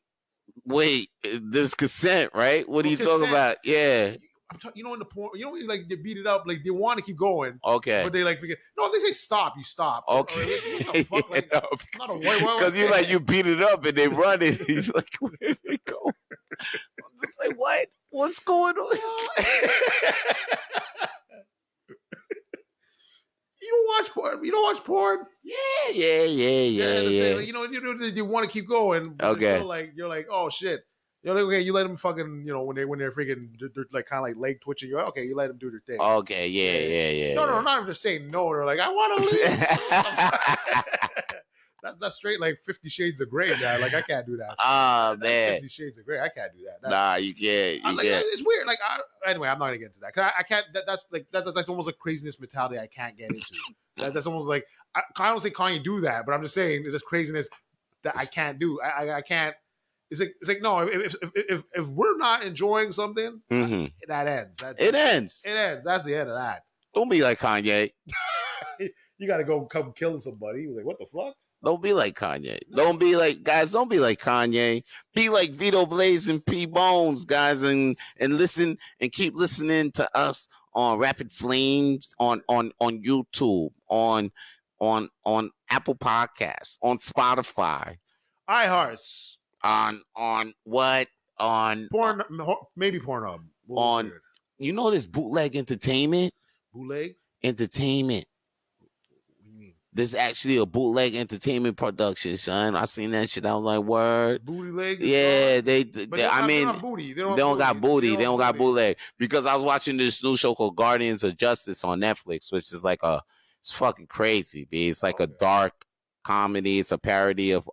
S1: wait. There's consent, right? What are
S2: Well,
S1: you talking
S2: consent-
S1: about? Yeah.
S2: I'm ta- you know in the porn, you know when you like they beat it up, like they want to keep going,
S1: Okay.
S2: but they like forget. No, if they say stop, you stop. Or,
S1: Okay.
S2: like, what the fuck? Like,
S1: Yeah,
S2: not a why- why-
S1: Cause you like you beat it up and they run it. He's like, where did they go? I'm just like, what? What's going on?
S2: you don't watch porn. You don't watch porn.
S1: yeah, yeah, yeah, yeah,
S2: that's it.
S1: yeah.
S2: Like, you know, you, know, you want to keep going. but
S1: Okay.
S2: You feel like you're like, oh shit. You're like, okay, you let them fucking, you know, when they when they're freaking, they're, they're like kind of like leg twitching. You're like, okay, you let them do their thing.
S1: Okay, yeah, yeah, yeah.
S2: no, no,
S1: Oh, yeah.
S2: no, not even just saying no. They're like, I want to leave. That, that's straight like Fifty Shades of Grey, guy. Like I can't do that.
S1: oh
S2: That's
S1: man,
S2: Fifty Shades of Grey. I can't do that. That-
S1: nah, you can't,
S2: I'm
S1: you
S2: like,
S1: can't.
S2: it's weird. Like, I, anyway, I'm not gonna get into that 'Cause I, I can't. That, that's like that's, that's almost a craziness mentality I can't get into. that, that's almost like I, I don't say Kanye do that, but I'm just saying it's just craziness that I can't do. I, I, I can't. It's like it's like no. If if, if if we're not enjoying something,
S1: Mm-hmm.
S2: that ends. That,
S1: It ends.
S2: it ends. That's the end of that.
S1: Don't be like Kanye.
S2: You gotta go come killing somebody. You're Like what the fuck?
S1: Don't be like Kanye. Don't be like guys. Don't be like Kanye. Be like Vito Blaze and P Bones, guys, and and listen and keep listening to us on Rapid Flames on on on YouTube on on on Apple Podcasts on Spotify
S2: I hearts
S1: on on what on
S2: porn maybe Pornhub We'll
S1: On-
S2: see it.
S1: you know this bootleg entertainment
S2: bootleg.
S1: entertainment.
S2: What do you mean
S1: There's actually a bootleg entertainment production, son. I seen that shit. I was like, word.
S2: booty leg?
S1: Yeah, they.
S2: But
S1: they
S2: they don't
S1: I
S2: have- they
S1: mean,
S2: don't have booty. They
S1: They
S2: don't,
S1: don't,
S2: have
S1: got booty. They don't,
S2: have
S1: got bootleg because I was watching this new show called Guardians of Justice on Netflix, which is like a it's fucking crazy. B. It's like a
S2: Okay.
S1: dark comedy. It's a parody of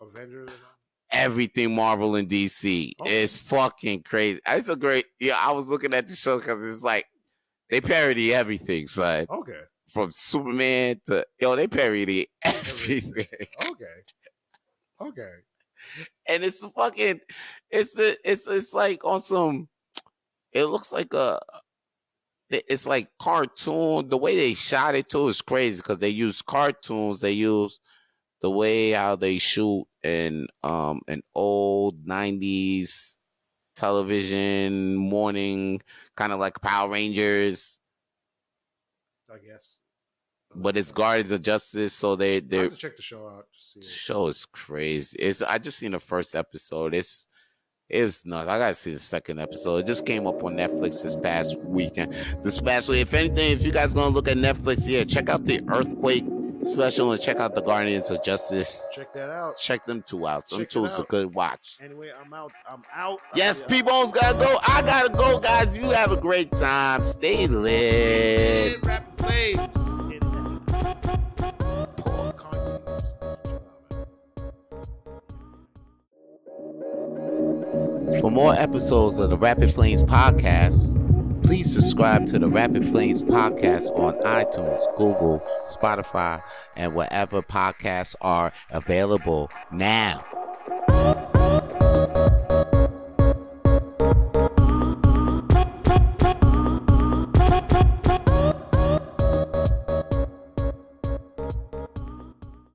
S2: Avengers. and all.
S1: everything Marvel and DC.
S2: Okay.
S1: It's fucking crazy. It's a great. Yeah, I was looking at the show because it's like they parody everything, son.
S2: Okay.
S1: From Superman to yo, they parody everything.
S2: Okay. Okay.
S1: and it's the fucking it's the it's it's like on some it looks like a it's like cartoon the way they shot it too is crazy because they use cartoons they use the way how they shoot in um an old 90s television morning, kind of like Power Rangers,
S2: I guess.
S1: but it's Guardians of Justice, so they
S2: I
S1: they
S2: have to check the show out. To see it.
S1: show is crazy. It's I just seen the first episode. It's it's nuts. I gotta see the second episode. It just came up on Netflix this past weekend. This past week, if anything, if you guys gonna look at Netflix, yeah, check out the earthquake special and check out the Guardians of Justice.
S2: Check that out.
S1: Check them two out. Them
S2: Check it
S1: two is a
S2: out.
S1: good watch.
S2: Anyway, I'm out. I'm out.
S1: Yes,
S2: Yeah.
S1: P-Bone's gotta go. I gotta go, guys. You have a great time. Stay lit.
S2: Rapid flames. Paul Kanye.
S1: For more episodes of the Rapid Flames podcast, please subscribe to the Rapid Flames podcast on iTunes, Google, Spotify, and wherever podcasts are available now.